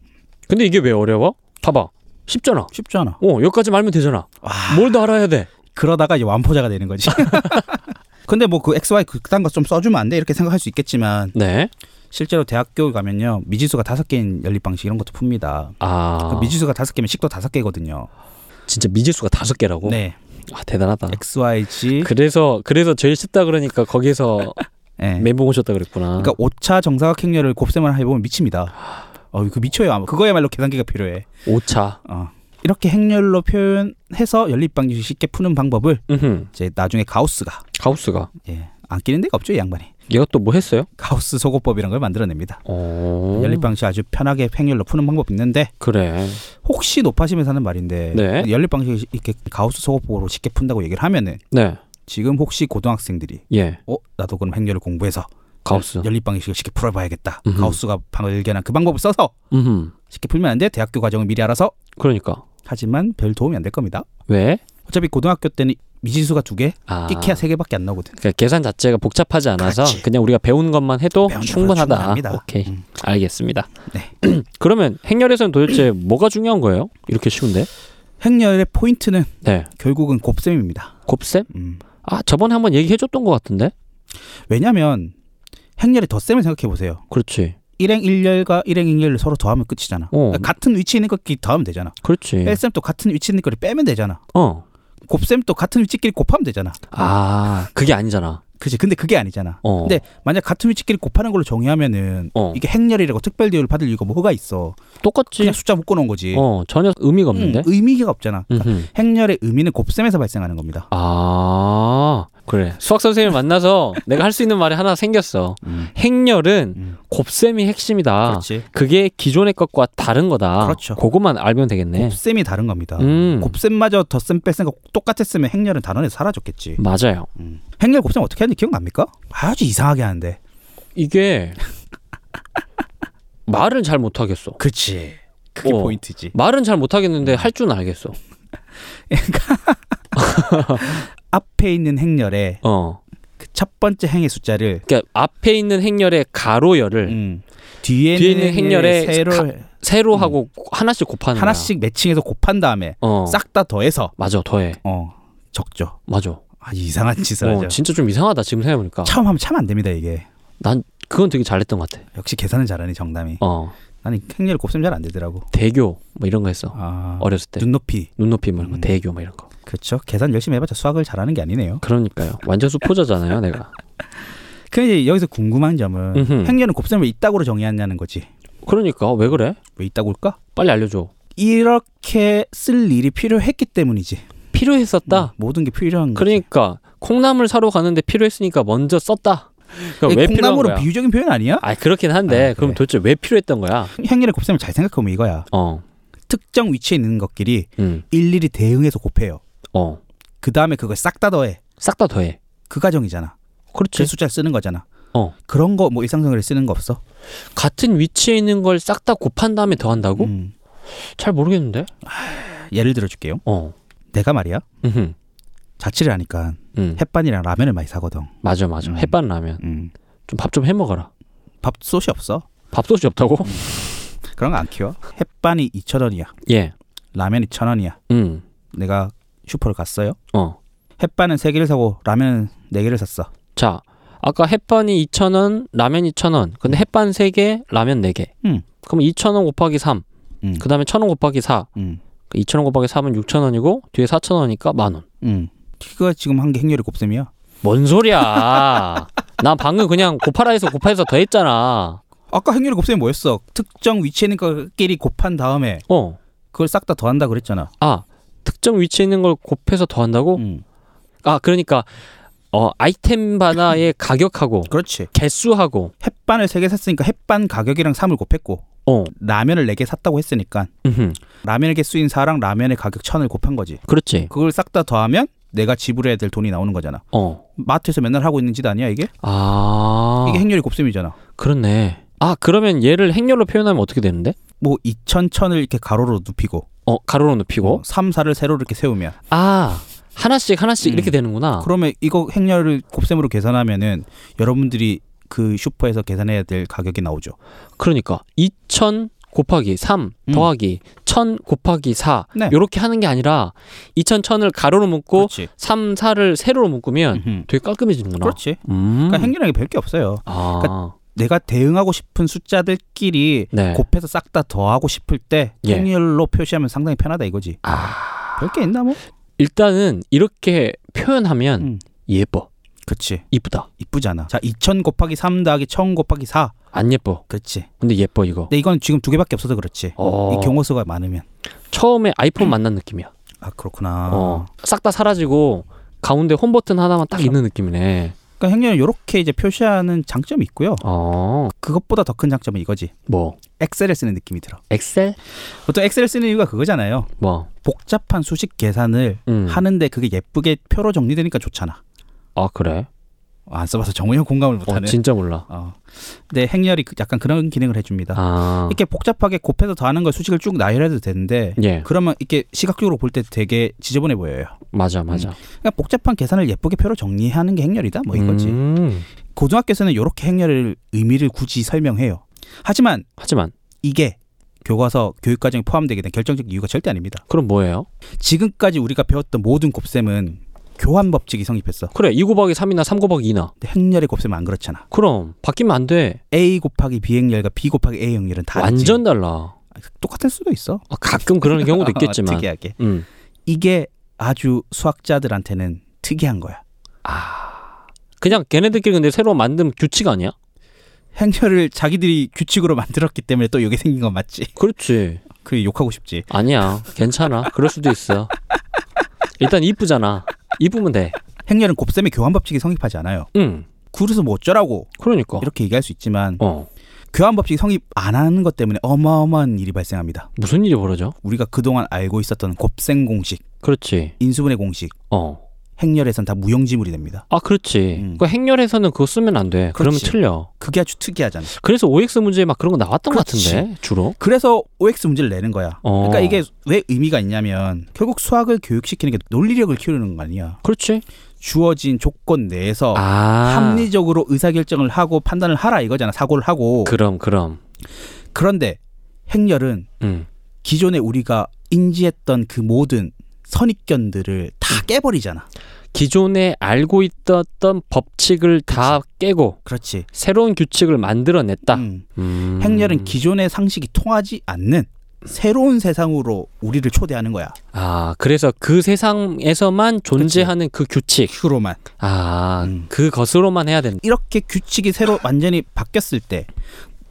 S2: 근데 이게 왜 어려워? 봐봐. 쉽잖아.
S3: 쉽지 않아.
S2: 어, 여기까지 말면 되잖아.
S3: 와.
S2: 뭘 더 알아야 돼?
S3: 그러다가 이제 완포자가 되는 거지.
S2: *laughs*
S3: 근데 뭐 그 XY 그딴 거 좀 써주면 안 돼? 이렇게 생각할 수 있겠지만
S2: 네.
S3: 실제로 대학교 가면요 미지수가 다섯 개인 연립 방식 이런 것도 풉니다.
S2: 아.
S3: 그 미지수가 다섯 개면 식도 다섯 개거든요.
S2: 진짜 미지수가 다섯 개라고?
S3: 네,
S2: 아, 대단하다.
S3: XYG.
S2: 그래서 그래서 제일 쉽다 그러니까 거기서
S3: 네.
S2: 멘붕 오셨다 그랬구나.
S3: 그러니까 5차 정사각 행렬을 곱셈을 해보면 미칩니다. 어, 그 미쳐요. 아마 그거야말로 계산기가 필요해.
S2: 오차.
S3: 어. 이렇게 행렬로 표현해서 연립 방식을 쉽게 푸는 방법을
S2: 음흠.
S3: 이제 나중에 가우스가
S2: 가우스가
S3: 예, 안 끼는 데가 없죠 이 양반이.
S2: 얘가 또 뭐 했어요?
S3: 가우스 소거법이라는 걸 만들어냅니다.
S2: 어.
S3: 연립 방식 아주 편하게 행렬로 푸는 방법이 있는데
S2: 그래.
S3: 혹시 높아지면서 하는 말인데
S2: 네.
S3: 연립 방식 이렇게 가우스 소거법으로 쉽게 푼다고 얘기를 하면은
S2: 네.
S3: 지금 혹시 고등학생들이
S2: 예.
S3: 어 나도 그럼 행렬을 공부해서
S2: 가우스.
S3: 연립 방식을 쉽게 풀어봐야겠다
S2: 그렇죠. 음흠.
S3: 가우스가 발견한 그 방법을 써서
S2: 음.
S3: 쉽게 풀면 안 돼 대학교 과정을 미리 알아서
S2: 그러니까.
S3: 하지만 별 도움이 안 될 겁니다
S2: 왜?
S3: 어차피 고등학교 때는 미지수가 두개
S2: 아.
S3: 끼케야 세 개밖에 안 나오거든
S2: 그러니까 계산 자체가 복잡하지 않아서
S3: 그렇지.
S2: 그냥 우리가 배우는 것만 해도
S3: 배운 대로
S2: 어, 충분하다.
S3: 충분합니다.
S2: 오케이.
S3: 음.
S2: 알겠습니다.
S3: 네.
S2: *clears throat* 그러면 행렬에서는 도대체 뭐가 중요한 거예요? 이렇게 쉬운데?
S3: 행렬의 포인트는
S2: 네.
S3: 결국은 곱셈입니다
S2: 곱셈?
S3: 음.
S2: 아, 저번에 한번 얘기해 줬던 것 같은데?
S3: 왜냐면 행렬의 덧셈을 생각해 보세요
S2: 그렇지.
S3: 일행 일렬과 일행 일렬을 서로 더하면 끝이잖아
S2: 어. 예.
S3: 그러니까 같은 위치에 있는 것끼리 더하면 되잖아
S2: 그렇지.
S3: 뺄셈 또 같은 위치에 있는 거를 빼면 되잖아
S2: 어.
S3: 곱셈 또 같은 위치끼리 곱하면 되잖아
S2: 아, 그게 아니잖아.
S3: 그치 근데 그게 아니잖아
S2: 어.
S3: 근데 만약 같은 위치끼리 곱하는 걸로 정의하면은
S2: 어.
S3: 네. 이게 행렬이라고 특별 대우를 받을 이유가 뭐가 있어
S2: 똑같지.
S3: 그냥 숫자 묶어놓은 거지
S2: 어, 전혀 의미가 없는데.
S3: 음, 의미가 없잖아 그러니까
S2: 음흠.
S3: 행렬의 의미는 곱셈에서 발생하는 겁니다
S2: 아, 그래. 수학 선생님 만나서 *laughs* 내가 할 수 있는 말이 하나 생겼어.
S3: 음.
S2: 행렬은
S3: 음.
S2: 곱셈이 핵심이다.
S3: 그렇지
S2: 그게 기존의 것과 다른 거다.
S3: 그렇죠.
S2: 그것만 알면 되겠네.
S3: 곱셈이 다른 겁니다
S2: 음.
S3: 곱셈마저 덧셈 뺄셈과 똑같았으면 행렬은 단원에서 사라졌겠지
S2: 맞아요.
S3: 음. 행렬 곱셈 어떻게 하는지 기억납니까? 아주 이상하게 하는데 *laughs*
S2: 이게 말은 잘 못하겠어.
S3: 그치 그게
S2: 어.
S3: 포인트지
S2: 말은 잘
S3: 음.
S2: 못하겠는데 할 줄은 알겠어.
S3: 앞에 있는 행렬의
S2: 어.
S3: 그 첫 번째 행의 숫자를
S2: 그러니까 앞에 있는 행렬의 가로열을
S3: 음. 뒤에,
S2: 뒤에
S3: 있는
S2: 있는 행렬에
S3: 세로
S2: 가- 세로 하고 하나씩 곱하는
S3: 음. 하나씩 매칭해서 곱한 다음에
S2: 거야. 어.
S3: 싹 다 더해서
S2: 맞아. 더해.
S3: 어 적죠.
S2: 맞아.
S3: 아 이상한 짓을
S2: 어,
S3: 하죠.
S2: 진짜 좀 이상하다 지금 생각해보니까.
S3: 처음 하면 참 안 됩니다 이게.
S2: 난 그건 되게 잘했던 것 같아.
S3: 역시 계산은 잘하니 정담이.
S2: 어.
S3: 나는 행렬 곱셈 잘 안 되더라고.
S2: 대교 뭐 이런 거 했어.
S3: 아
S2: 어렸을 때.
S3: 눈높이
S2: 눈... 높이뭐 이런 거,
S3: 음.
S2: 대교 뭐 이런 거.
S3: 그렇죠. 계산 열심히 해봤자 수학을 잘하는 게 아니네요.
S2: 그러니까요. 완전 수포자잖아요, *laughs* 내가.
S3: 근데 이제 여기서 궁금한 점은
S2: 음흠.
S3: 행렬은 곱셈을 이따구로 정의하냐는 거지.
S2: 그러니까 왜 그래?
S3: 왜 이따구일까?
S2: 빨리 알려줘.
S3: 이렇게 쓸 일이 필요했기 때문이지.
S2: 필요했었다.
S3: 음, 모든 게 필요한 거지.
S2: 그러니까 콩나물 사러 가는데 필요했으니까 먼저 썼다. 그러니까 왜 필요한
S3: 콩나물은
S2: 거야?
S3: 비유적인 표현 아니야?
S2: 아 그렇긴 한데
S3: 아, 그래.
S2: 그럼 도대체 왜 필요했던 거야?
S3: 행렬의 곱셈을 잘 생각해보면 이거야.
S2: 어,
S3: 특정 위치에 있는 것끼리
S2: 음,
S3: 일일이 대응해서 곱해요.
S2: 어,
S3: 그 다음에 그걸 싹 다 더해.
S2: 싹 다 더해.
S3: 그 과정이잖아. 그
S2: 그렇지.
S3: 숫자를 쓰는 거잖아.
S2: 어.
S3: 그런 거 뭐 일상생활에 쓰는 거 없어?
S2: 같은 위치에 있는 걸 싹 다 곱한 다음에 더한다고?
S3: 음.
S2: 잘 모르겠는데.
S3: 예를 들어줄게요.
S2: 어,
S3: 내가 말이야
S2: 음,
S3: 자취를 하니까
S2: 음,
S3: 햇반이랑 라면을 많이 사거든.
S2: 맞아, 맞아.
S3: 음.
S2: 햇반 라면.
S3: 음.
S2: 좀 밥 좀 해 먹어라.
S3: 밥솥이 없어.
S2: 밥솥이 없다고?
S3: 음. 그런 거 안 키워. 햇반이 2천 원이야.
S2: 예,
S3: 라면이 천 원이야.
S2: 음,
S3: 내가 슈퍼를 갔어요.
S2: 어,
S3: 햇반은 세 개를 사고 라면은 네 개를 샀어.
S2: 자, 아까 햇반이 2,000원, 라면 2,000원. 근데 햇반 3개, 라면 4개.
S3: 음.
S2: 그럼 2,000원 곱하기 3.
S3: 음.
S2: 그 다음에 1,000원 곱하기 4.
S3: 음.
S2: 2,000원 곱하기 3은 6,000원이고, 뒤에 4,000원이니까 만원.
S3: 음. 키가 지금 한 게 행렬이 곱셈이야.
S2: 뭔
S3: *laughs*
S2: 소리야. 난 방금 그냥 곱하라 해서 곱해서 더했잖아.
S3: 아까 행렬이 곱셈이 뭐였어? 특정 위치에 있는 것끼리 곱한 다음에
S2: 어.
S3: 그걸 싹 다 더한다 그랬잖아.
S2: 아, 특정 위치에 있는 걸 곱해서 더한다고?
S3: 음.
S2: 아, 그러니까, 어, 아이템 하나의 가격하고,
S3: 그렇지.
S2: 개수하고,
S3: 햇반을 세 개 샀으니까 햇반 가격이랑 3을 곱했고
S2: 어,
S3: 라면을 네 개 샀다고 했으니까
S2: 음흠,
S3: 라면의 개수인 4랑 라면의 가격 1000을 곱한 거지.
S2: 그렇지.
S3: 그걸 싹 다 더하면 내가 지불해야 될 돈이 나오는 거잖아.
S2: 어.
S3: 마트에서 맨날 하고 있는 짓 아니야 이게?
S2: 아,
S3: 이게 행렬이 곱셈이잖아.
S2: 그렇네. 아, 그러면 얘를 행렬로 표현하면 어떻게 되는데?
S3: 뭐 2000, 1000을 이렇게 가로로 눕히고
S2: 어, 가로로 눕히고.
S3: 뭐 3, 4를 세로로 이렇게 세우면
S2: 아, 하나씩 하나씩
S3: 음.
S2: 이렇게 되는구나.
S3: 그러면 이거 행렬을 곱셈으로 계산하면은 여러분들이 그 슈퍼에서 계산해야 될 가격이 나오죠.
S2: 그러니까 2000 곱하기 3
S3: 음.
S2: 더하기 1000 곱하기 4
S3: 네.
S2: 요렇게 하는 게 아니라 2000 1000을 가로로 묶고
S3: 그렇지.
S2: 3 4를 세로로 묶으면
S3: 음흠.
S2: 되게 깔끔해지는구나.
S3: 그렇지.
S2: 음.
S3: 그러니까 행렬이란 그러니까 게 별 게 없어요.
S2: 아.
S3: 내가 대응하고 싶은 숫자들끼리
S2: 네.
S3: 곱해서 싹 다 더하고 싶을 때
S2: 예.
S3: 행렬로 표시하면 상당히 편하다 이거지.
S2: 아.
S3: 별 게 있나 뭐?
S2: 일단은 이렇게 표현하면
S3: 음.
S2: 예뻐.
S3: 그렇지.
S2: 이쁘다.
S3: 이쁘잖아. 자, 2000 곱하기 3 더하기 1000 곱하기 4.
S2: 안 예뻐.
S3: 그렇지.
S2: 근데 예뻐 이거.
S3: 근데 이건 지금 두 개밖에 없어서 그렇지.
S2: 어.
S3: 네. 이 경호 수가 많으면.
S2: 처음에 아이폰 만난 느낌이야.
S3: 아, 그렇구나.
S2: 어. 싹 다 사라지고 가운데 홈 버튼 하나만 딱 있는 느낌이네.
S3: 그러니까 행렬은 이렇게 이제 표시하는 장점이 있고요.
S2: 어.
S3: 그것보다 더 큰 장점은 이거지.
S2: 뭐
S3: 엑셀을 쓰는 느낌이 들어.
S2: 엑셀?
S3: 보통 엑셀을 쓰는 이유가 그거잖아요.
S2: 뭐.
S3: 복잡한 수식 계산을
S2: 음.
S3: 하는데 그게 예쁘게 표로 정리되니까 좋잖아. 아,
S2: 아 그래?
S3: 안 써봐서 정우형 *laughs* 공감을
S2: 어,
S3: 못하네.
S2: 진짜 몰라.
S3: 어. 근데 행렬이 그- 약간 그런 기능을 해줍니다.
S2: 아,
S3: 이렇게 복잡하게 곱해서 더하는 걸 수식을 쭉 나열해도 되는데
S2: 예,
S3: 그러면 이렇게 시각적으로 볼 때 되게 지저분해 보여요.
S2: 맞아, 맞아.
S3: 그러니까 복잡한 계산을 예쁘게 표로 정리하는 게 행렬이다 뭐 이거지.
S2: 음,
S3: 고등학교에서는 이렇게 행렬을 의미를 굳이 설명해요. 하지만
S2: 하지만
S3: 이게 교과서 교육과정에 포함되게 된 결정적 이유가 절대 아닙니다.
S2: 그럼 뭐예요?
S3: 지금까지 우리가 배웠던 모든 곱셈은 교환 법칙이 성립했어.
S2: 그래, 2 곱하기 3이나 3 곱하기 2나.
S3: 근데 행렬의 곱셈은 안 그렇잖아.
S2: 그럼 바뀌면 안 돼.
S3: A 곱하기 B 행렬과 B 곱하기 A 행렬은 다르지.
S2: 완전 달라.
S3: 똑같을 수도 있어. 어,
S2: 아, 가끔 그런
S3: *laughs*
S2: 경우도 있겠지만.
S3: 특이하게
S2: 음,
S3: 이게 아주 수학자들한테는 특이한 거야.
S2: 그냥 걔네들끼리 근데 새로 만든 규칙 아니야?
S3: 행렬을 자기들이 규칙으로 만들었기 때문에 또 이게 생긴 건 맞지.
S2: 그렇지.
S3: 그 욕하고 싶지.
S2: 아니야, 괜찮아. 그럴 수도 있어. 일단 이쁘잖아. 이쁘면 돼.
S3: 행렬은 곱셈의 교환 법칙이 성립하지 않아요.
S2: 음,
S3: 그래서 뭐 어쩌라고
S2: 그러니까.
S3: 이렇게 얘기할 수 있지만
S2: 어,
S3: 교환 법칙 성립 안 하는 것 때문에 어마어마한 일이 발생합니다.
S2: 무슨 일이 벌어져?
S3: 우리가 그동안 알고 있었던 곱셈 공식,
S2: 그렇지.
S3: 인수분해 공식,
S2: 어.
S3: 행렬에선 다 무용지물이 됩니다.
S2: 아, 그렇지.
S3: 음.
S2: 그 행렬에서는 그거 쓰면 안 돼. 그러면
S3: 그렇지.
S2: 틀려.
S3: 그게 아주 특이하잖아.
S2: 그래서 OX 문제에 막 그런 거 나왔던
S3: 그렇지.
S2: 것 같은데 주로
S3: 그래서 OX 문제를 내는 거야.
S2: 어.
S3: 그러니까 이게 왜 의미가 있냐면 결국 수학을 교육시키는 게 논리력을 키우는 거 아니야.
S2: 그렇지
S3: 주어진 조건 내에서
S2: 아
S3: 합리적으로 의사결정을 하고 판단을 하라 이거잖아. 사고를 하고.
S2: 그럼 그럼
S3: 그런데 행렬은
S2: 음
S3: 기존에 우리가 인지했던 그 모든 선입견들을
S2: 음.
S3: 다 깨버리잖아.
S2: 기존에 알고 있었던 법칙을 다 깨고
S3: 그렇지.
S2: 새로운 규칙을 만들어냈다
S3: 음.
S2: 음.
S3: 행렬은 기존의 상식이 통하지 않는 새로운 세상으로 우리를 초대하는 거야.
S2: 아 그래서 그 세상에서만 존재하는 그 규칙
S3: 큐로만.
S2: 아
S3: 음.
S2: 그것으로만 해야 된다
S3: 이렇게 규칙이 새로 완전히 바뀌었을 때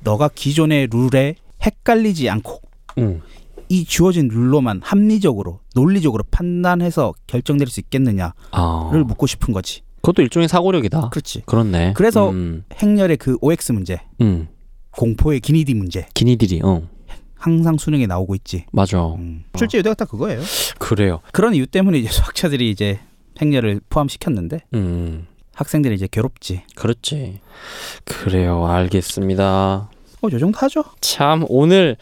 S3: 너가 기존의 룰에 헷갈리지 않고
S2: 음.
S3: 이 주어진 룰로만 합리적으로 논리적으로 판단해서 결정될 수 있겠느냐를
S2: 아
S3: 묻고 싶은 거지.
S2: 그것도 일종의 사고력이다
S3: 그렇지.
S2: 그렇네
S3: 그래서-
S2: 음,
S3: 행렬의 그 OX 문제,
S2: 음.
S3: 공포의 기니디 문제
S2: 기니들이 응
S3: 항상 수능에 나오고 있지.
S2: 맞아
S3: 음. 출제 유대가 딱 그거예요.
S2: 그래요
S3: 그런 이유 때문에 이제 수학자들이 이제 행렬을 포함시켰는데
S2: 음
S3: 학생들이 이제 괴롭지.
S2: 그렇지 그래요 알겠습니다
S3: 어, 요 정도 하죠.
S2: 참 오늘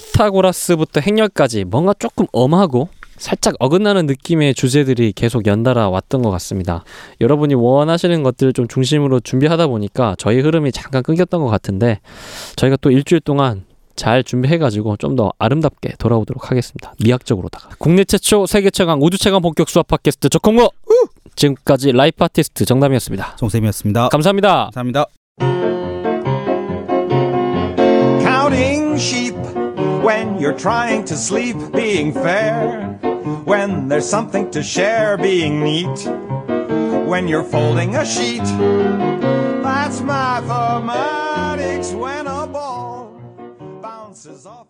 S2: 피타고라스부터 행렬까지 뭔가 조금 엄하고 살짝 어긋나는 느낌의 주제들이 계속 연달아 왔던 것 같습니다. 여러분이 원하시는 것들을 좀 중심으로 준비하다 보니까 저희 흐름이 잠깐 끊겼던 것 같은데 저희가 또 일주일 동안 잘 준비해가지고 좀 더 아름답게 돌아오도록 하겠습니다. 미학적으로다가 국내 최초 세계 최강 우주 최강 본격 수학 팟캐스트 적공고 지금까지 라이프 아티스트 정남이었습니다.
S3: 송쌤이었습니다.
S2: 감사합니다.
S3: 감사합니다.
S1: counting sheep when you're trying to sleep, being fair, when there's something to share, being neat, when you're folding a sheet. That's mathematics when a ball bounces off.